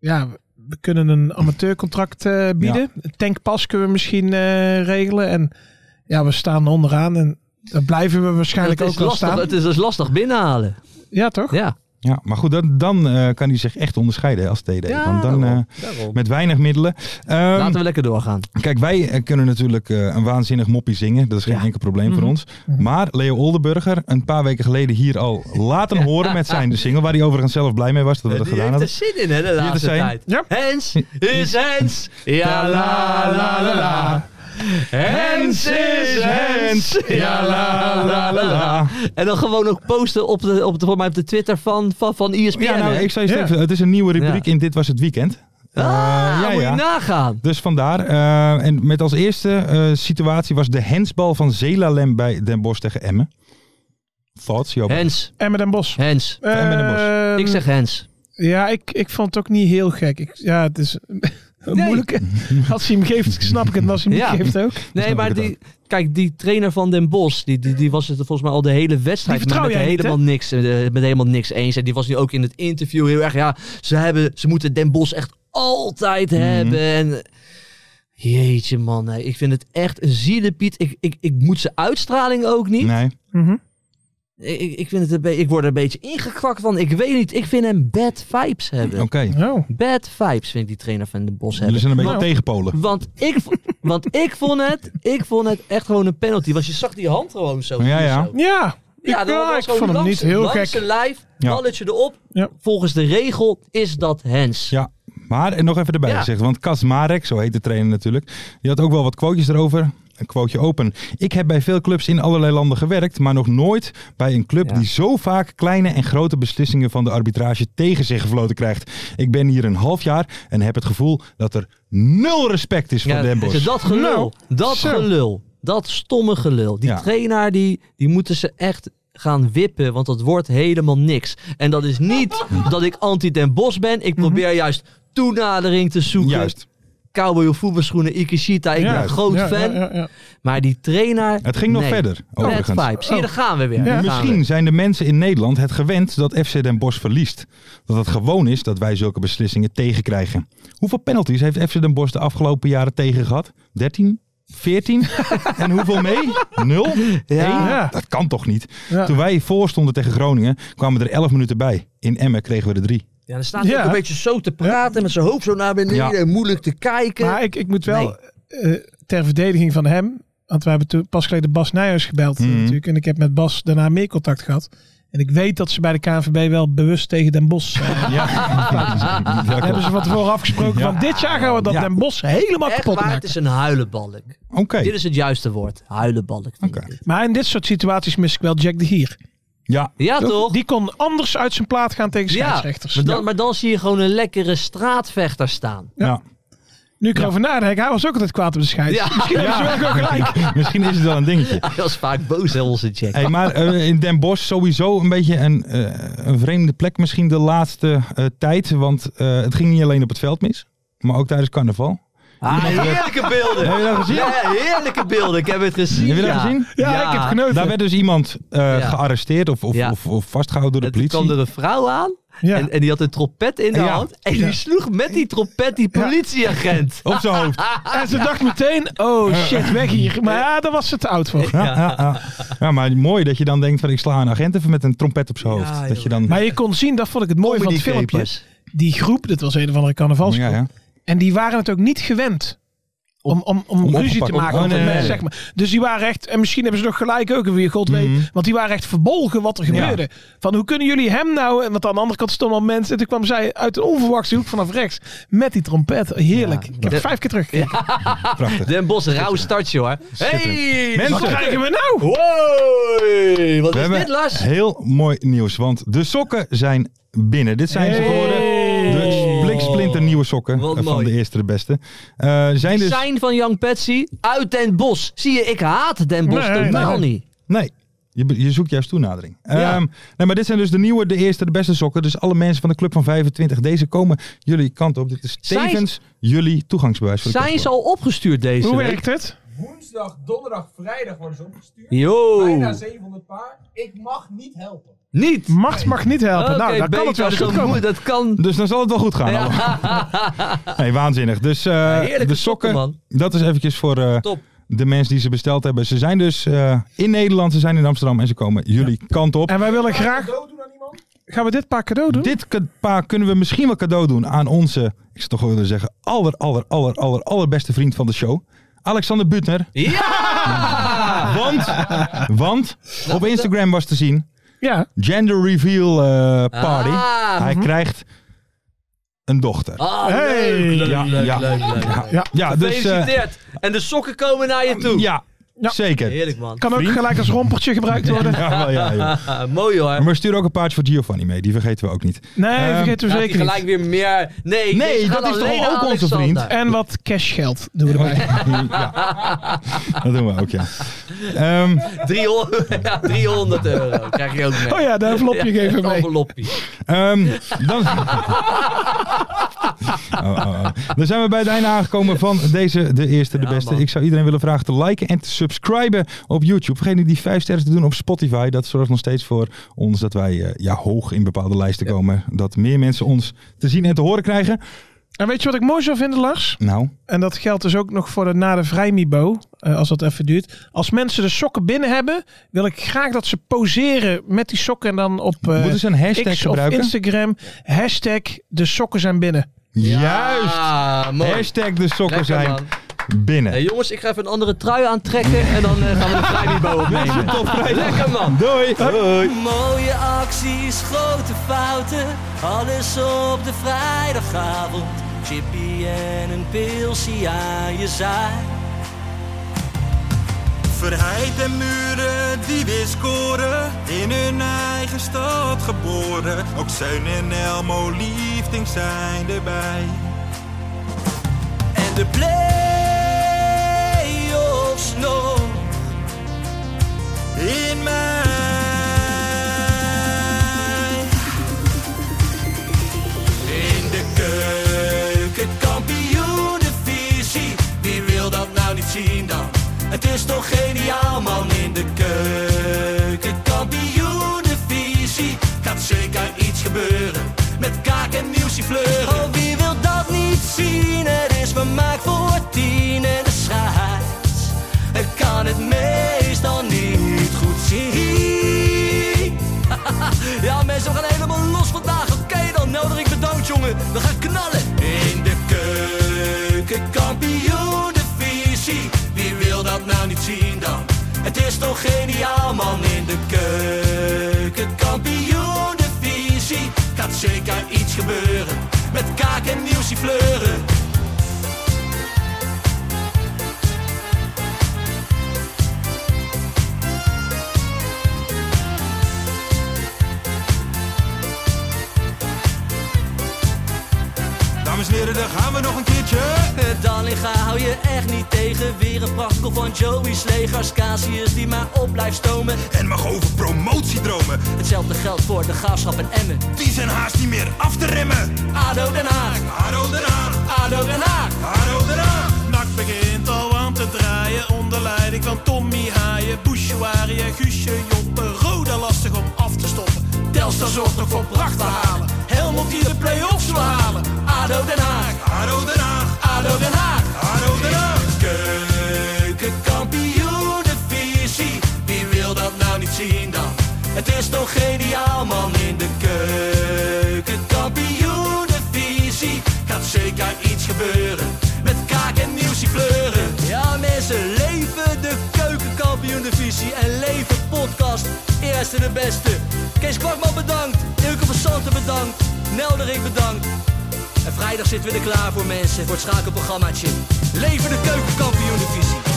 Ja, we kunnen een amateurcontract eh, bieden. Een tankpas kunnen we misschien eh, regelen. En ja, we staan onderaan en dan blijven we waarschijnlijk Het ook is, wel lastig, staan. het is dus lastig binnenhalen. Ja, toch? Ja, Ja, maar goed, dan, dan eh, kan hij zich echt onderscheiden hè, als TD. Ja, want dan, daarom, eh, met weinig middelen. Ehm, laten we lekker doorgaan. Kijk, wij eh, kunnen natuurlijk eh, een waanzinnig moppie zingen. Dat is geen Ja. enkel probleem voor Mhm. ons. Maar Leo Oldenburger, een paar weken geleden hier al laten horen met zijn single. Waar hij overigens zelf blij mee was dat we dat Die gedaan heeft er hadden. zin in hè, de laatste zin. tijd. Ja. Hens is Hens. Ja la la la la. Hens is Hens. Ja la la la la. En dan gewoon ook posten op de, op de, voor mij op de Twitter van, van, van E ESPN. Ja, nou, hè? ik zei Ja. steeds, het is een nieuwe rubriek Ja. in Dit Was Het Weekend. Eh, Ah, ja, moet ja. je nagaan. Dus vandaar. eh, en met als eerste eh, situatie was de hensbal van Zelalem bij Den Bosch tegen Emmen. Thoughts, Joop? Hens, En met een bos. Ehm, Hens. En met een bos. Ik zeg Hens. Ja, ik, ik vond het ook niet heel gek. Ik, ja, het is een Nee. moeilijke. Als hij hem geeft, snap ik het. En als hij hem Ja. niet geeft ook. Nee, ik maar het die, kijk, die trainer van Den Bosch, die, die, die was het volgens mij al de hele wedstrijd Die vertrouw met, jij niet, helemaal niks, eh, met helemaal niks eens. En die was nu ook in het interview heel erg, ja, ze, hebben, ze moeten Den Bosch echt altijd Mhm. hebben. En, jeetje man, hè, ik vind het echt een zielepiet. Ik, ik, ik moet zijn uitstraling ook niet. Nee. Mhm. Ik- Ik, ik, vind het een be- ik word er een beetje ingekwakt van. Ik weet niet, ik vind hem bad vibes hebben. Oké. Oh. Bad vibes vind ik die trainer van Den Bosch Jullie hebben. zijn een beetje Nou. tegenpolen. Want ik, vo- want ik vond het, ik vond het echt gewoon een penalty. Want je zag die hand gewoon zo. Ja, ja. Zo. Ja, Ja, ik, dat ja, was ik gewoon vond hem langs- niet heel langs gek. zijn lijf, Ja. balletje erop. Ja. Volgens de regel is dat hens. Ja, maar en nog even erbij Ja. gezegd, want Kas Marek, zo heet de trainer natuurlijk, die had ook wel wat quotejes erover. Een quoteje open. Ik heb bij veel clubs in allerlei landen gewerkt, maar nog nooit bij een club Ja. die zo vaak kleine en grote beslissingen van de arbitrage tegen zich gefloten krijgt. Ik ben hier een half jaar en heb het gevoel dat er nul respect is voor Ja, Den dus Bosch. dat gelul. Nou, dat zo. gelul. Dat stomme gelul. Die Ja. trainer, die, die moeten ze echt gaan wippen. Want dat wordt helemaal niks. En dat is niet dat ik anti-Den Bos ben. Ik probeer juist toenadering te zoeken. Mhm. Juist. Cowboy op voetbalschoenen, Ikishita. Ik ben een Juist. groot Ja, fan. ja, ja, ja. Maar die trainer... Het ging nog verder, Red Oh, overigens. Oh. vibes. Hier, daar gaan we weer. Daar gaan we. Misschien zijn de mensen in Nederland het gewend dat FC Den Bosch verliest. Dat het gewoon is dat wij zulke beslissingen tegenkrijgen. Hoeveel penalties heeft FC Den Bosch de afgelopen jaren tegen gehad? 13? 14? en hoeveel mee? 0? Ja. 1? Dat kan toch niet? Ja. Toen wij voorstonden tegen Groningen kwamen er 11 minuten bij. In Emmen kregen we er 3. Ja, dan staat hij Ja. ook een beetje zo te praten. Met zijn hoofd zo naar beneden. Ja. en Moeilijk te kijken. Maar ik, ik moet wel eh, ter verdediging van hem. Want we hebben toen pas geleden Bas Nijhuis gebeld eh, Mhm. natuurlijk. En ik heb met Bas daarna meer contact gehad. En ik weet dat ze bij de KNVB wel bewust tegen Den Bos. Ja, ja klopt. hebben ze van tevoren afgesproken. Ja. van dit jaar gaan we dat Ja. Den Bos helemaal Echt kapot waar, maken. het is een huilenbalk. Oké. Dit is het juiste woord. Huilenbalk. vind Oké. ik. Maar in dit soort situaties mis ik wel Jack de Gier. Ja. Ja, toch? Die kon anders uit zijn plaat gaan tegen ja, scheidsrechters. maar Ja. dan, maar dan zie je gewoon een lekkere straatvechter staan. Ja. Nu ik erover nadenk, hij was ook altijd kwaad op de scheids. Ja. Misschien hebben ze wel gewoon gelijk. Misschien is het wel een dingetje. Dat is vaak boos, hè, onze Jack. Hey, maar eh, in Den Bosch sowieso een beetje een, eh, een vreemde plek misschien de laatste eh, tijd. Want eh, het ging niet alleen op het veld mis, maar ook tijdens carnaval. Ah, heerlijke beelden. Heb je dat gezien? Ja, heerlijke beelden. Ik heb het gezien. Heb je dat ja. gezien? Ja, ik heb genoten. Daar werd dus iemand eh, Ja. gearresteerd of, of, Ja. of, of vastgehouden door de En toen politie. kwam er een vrouw aan Ja. en, en die had een trompet in de Ja. hand. En die sloeg met die trompet die politieagent. Op zijn hoofd. En ze dacht meteen, oh shit, weg hier. Maar ja, daar was ze te oud voor. Ja, ja. ja. Ja, maar mooi dat je dan denkt van ik sla een agent even met een trompet op zijn hoofd. Ja, dat je dan... Maar je kon zien, dat vond ik het mooie van het filmpje. Comedy-capers. Die groep, dat was een of andere carnavalsgroep. ja, ja. En die waren het ook niet gewend. Om, om, om, Om ruzie opgepakt- te maken. om- met oh, nee, mensen, nee. zeg maar. Dus die waren echt. En misschien hebben ze nog gelijk ook weer, God weet. Mhm. Want die waren echt verbolgen wat er gebeurde. Van hoe kunnen jullie hem nou. En want aan de andere kant stonden al mensen. En toen kwam zij uit een onverwachte hoek vanaf rechts. Met die trompet. Heerlijk. Ja. Ik heb het De- vijf keer teruggekeken. Prachtig. Den Bos, rauw startje hoor. Hey, Wat Mensen, krijgen we nou? Hoi! Wat we is dit, hebben Lars? heel mooi nieuws, want de sokken zijn binnen. Dit zijn ze Hey. geworden. Oh. De bliksplinter nieuwe sokken Wat eh, van mooi. de eerste de beste. Eh, zijn dus... Zijn van Young Patsy uit Den Bos. Zie je, ik haat Den Bos Nee, totaal nee. niet. Nee. Je, be- je zoekt juist toenadering. Ja. Ehm, nee, maar dit zijn dus de nieuwe, de eerste, de beste sokken. Dus alle mensen van de Club van 25, deze komen jullie kant op. Dit is Zijn- tevens jullie toegangsbewijs. Voor de Zijn ze kastboer. al opgestuurd deze Hoe week? werkt het? Woensdag, donderdag, vrijdag worden ze opgestuurd. Yo! Bijna 700 paar. Ik mag niet helpen. Niet! Macht mag niet helpen. nou, dan kan het wel eens goed komen. Dat kan... Dus dan zal het wel goed gaan. allemaal. Nee, waanzinnig. Dus eh, heerlijke de sokken, sokken, dat is eventjes voor eh, Top. de mensen die ze besteld hebben. Ze zijn dus eh, in Nederland, ze zijn in Amsterdam en ze komen jullie kant op. En wij willen graag... Cadeau doen aan iemand? Gaan we dit paar cadeau doen? Dit ka- paar kunnen we misschien wel cadeau doen aan onze, ik zou toch wel willen zeggen, aller, aller, aller, aller, allerbeste vriend van de show. Alexander Butner. Ja! Want, want op Instagram was te zien, Ja. gender reveal eh, party. Ah. Hij krijgt een dochter. Oh, Ah, Hey. leuk, leuk, Ja, leuk, ja. leuk, leuk. Ja, dus eh, Gefeliciteerd. en de sokken komen naar je toe. ja, Ja. zeker. Heerlijk man. Kan ook gelijk als rompertje gebruikt worden. Ja, wel, ja, joh. Ah, mooi hoor. Maar stuur ook een paardje voor Giovanni mee, die vergeten we ook niet. Nee, Ehm, vergeten we Gaat hij zeker gelijk niet. weer meer... Nee, Nee, deze dat gaan is toch alleen naar ook onze Alexander. vriend? En wat cashgeld doen we erbij. ja, dat doen we ook, ja. Ehm, 300, ja, 300 euro krijg je ook mee. Oh ja, de envelopje geven we Een mee. envelopje. ehm, dan... Oh, oh, oh. Dan zijn we bij het einde aangekomen van deze, de eerste, de Ja, beste. man. Ik zou iedereen willen vragen te liken en te subscriben op YouTube. Vergeet niet die vijf sterren te doen op Spotify. Dat zorgt nog steeds voor ons dat wij eh, ja, hoog in bepaalde lijsten komen. Dat meer mensen ons te zien en te horen krijgen. En weet je wat ik mooi zou vinden, Lars? Nou, En dat geldt dus ook nog voor de na de vrijmibo, eh, als dat even duurt. Als mensen de sokken binnen hebben, wil ik graag dat ze poseren met die sokken en dan op eh, moeten ze een hashtag X of gebruiken? Instagram. Hashtag de sokken zijn binnen. Juist! Ah, mooi. Hashtag de sokken Lekker, zijn man. binnen. Hey, Eh, jongens, ik ga even een andere trui aantrekken en dan eh, gaan we de vrijniveau opnemen. Tot vrijdag. Lekker man. Doei. Doei. Mooie acties, grote fouten, alles op de vrijdagavond. Chippy en een pilsie aan je zaai. Verheid en muren die weer scoren, in hun eigen stad geboren. Ook Zijn en Elmo liefdings zijn erbij. En de play-offs nog In mij. in de keuken, kampioen de visie. Wie wil dat nou niet zien dan? Het is toch geniaal man in de keuken, kampioen de visie. Gaat zeker iets gebeuren met kaak en nieuwsie fleuren. Oh, wie wil dat niet zien? Het is vermaakt voor tien en de scheids. Ik kan het meestal niet goed zien. Ja, mensen, we gaan helemaal los vandaag. Oké, dan nodig ik bedankt, jongen. We gaan knallen. In de keuken, kampioen, de visie. Wie wil dat nou niet zien dan? Het is toch geniaal, man. In de keuken, kampioen, de visie. Gaat zeker iets gebeuren. Met kaak en nieuwsie fleuren. Dames en heren, daar gaan we nog een keertje. Het Dallinga Eh, hou je echt niet tegen. Weer een prachtkel van Joey's legers. Casius die maar op blijft stomen. En mag over promotiedromen, Hetzelfde geldt voor de gaafschap en Emmen. die zijn haast niet meer af te remmen. ADO Den Haag, Haro eraan, ADO Den Haag. haro eraan. Nak begint al aan te draaien onder leiding van Tommy Haaien, Bouchouari en Guusje Joppen. Roda lastig om af te stoppen. Telstar zorgt nog voor pracht te halen. Helmond die de play-offs wil halen. ADO Den Haag, Haro eraan, ADO Den Haag. haro eraan. Keukenkampioen de visie, wie wil dat nou niet zien dan? Het is toch geniaal man in de keukenkampioen de visie. Gaat zeker iets gebeuren, met kaak en nieuwsie kleuren. Ja mensen, leven de keukenkampioen divisie en leven podcast. Eerste de beste. Kees Kwakman bedankt, Ilke van Santen bedankt, Nelderik bedankt. En vrijdag zitten we er klaar voor mensen, voor het schakelprogrammaatje. Leven de keukenkampioen divisie.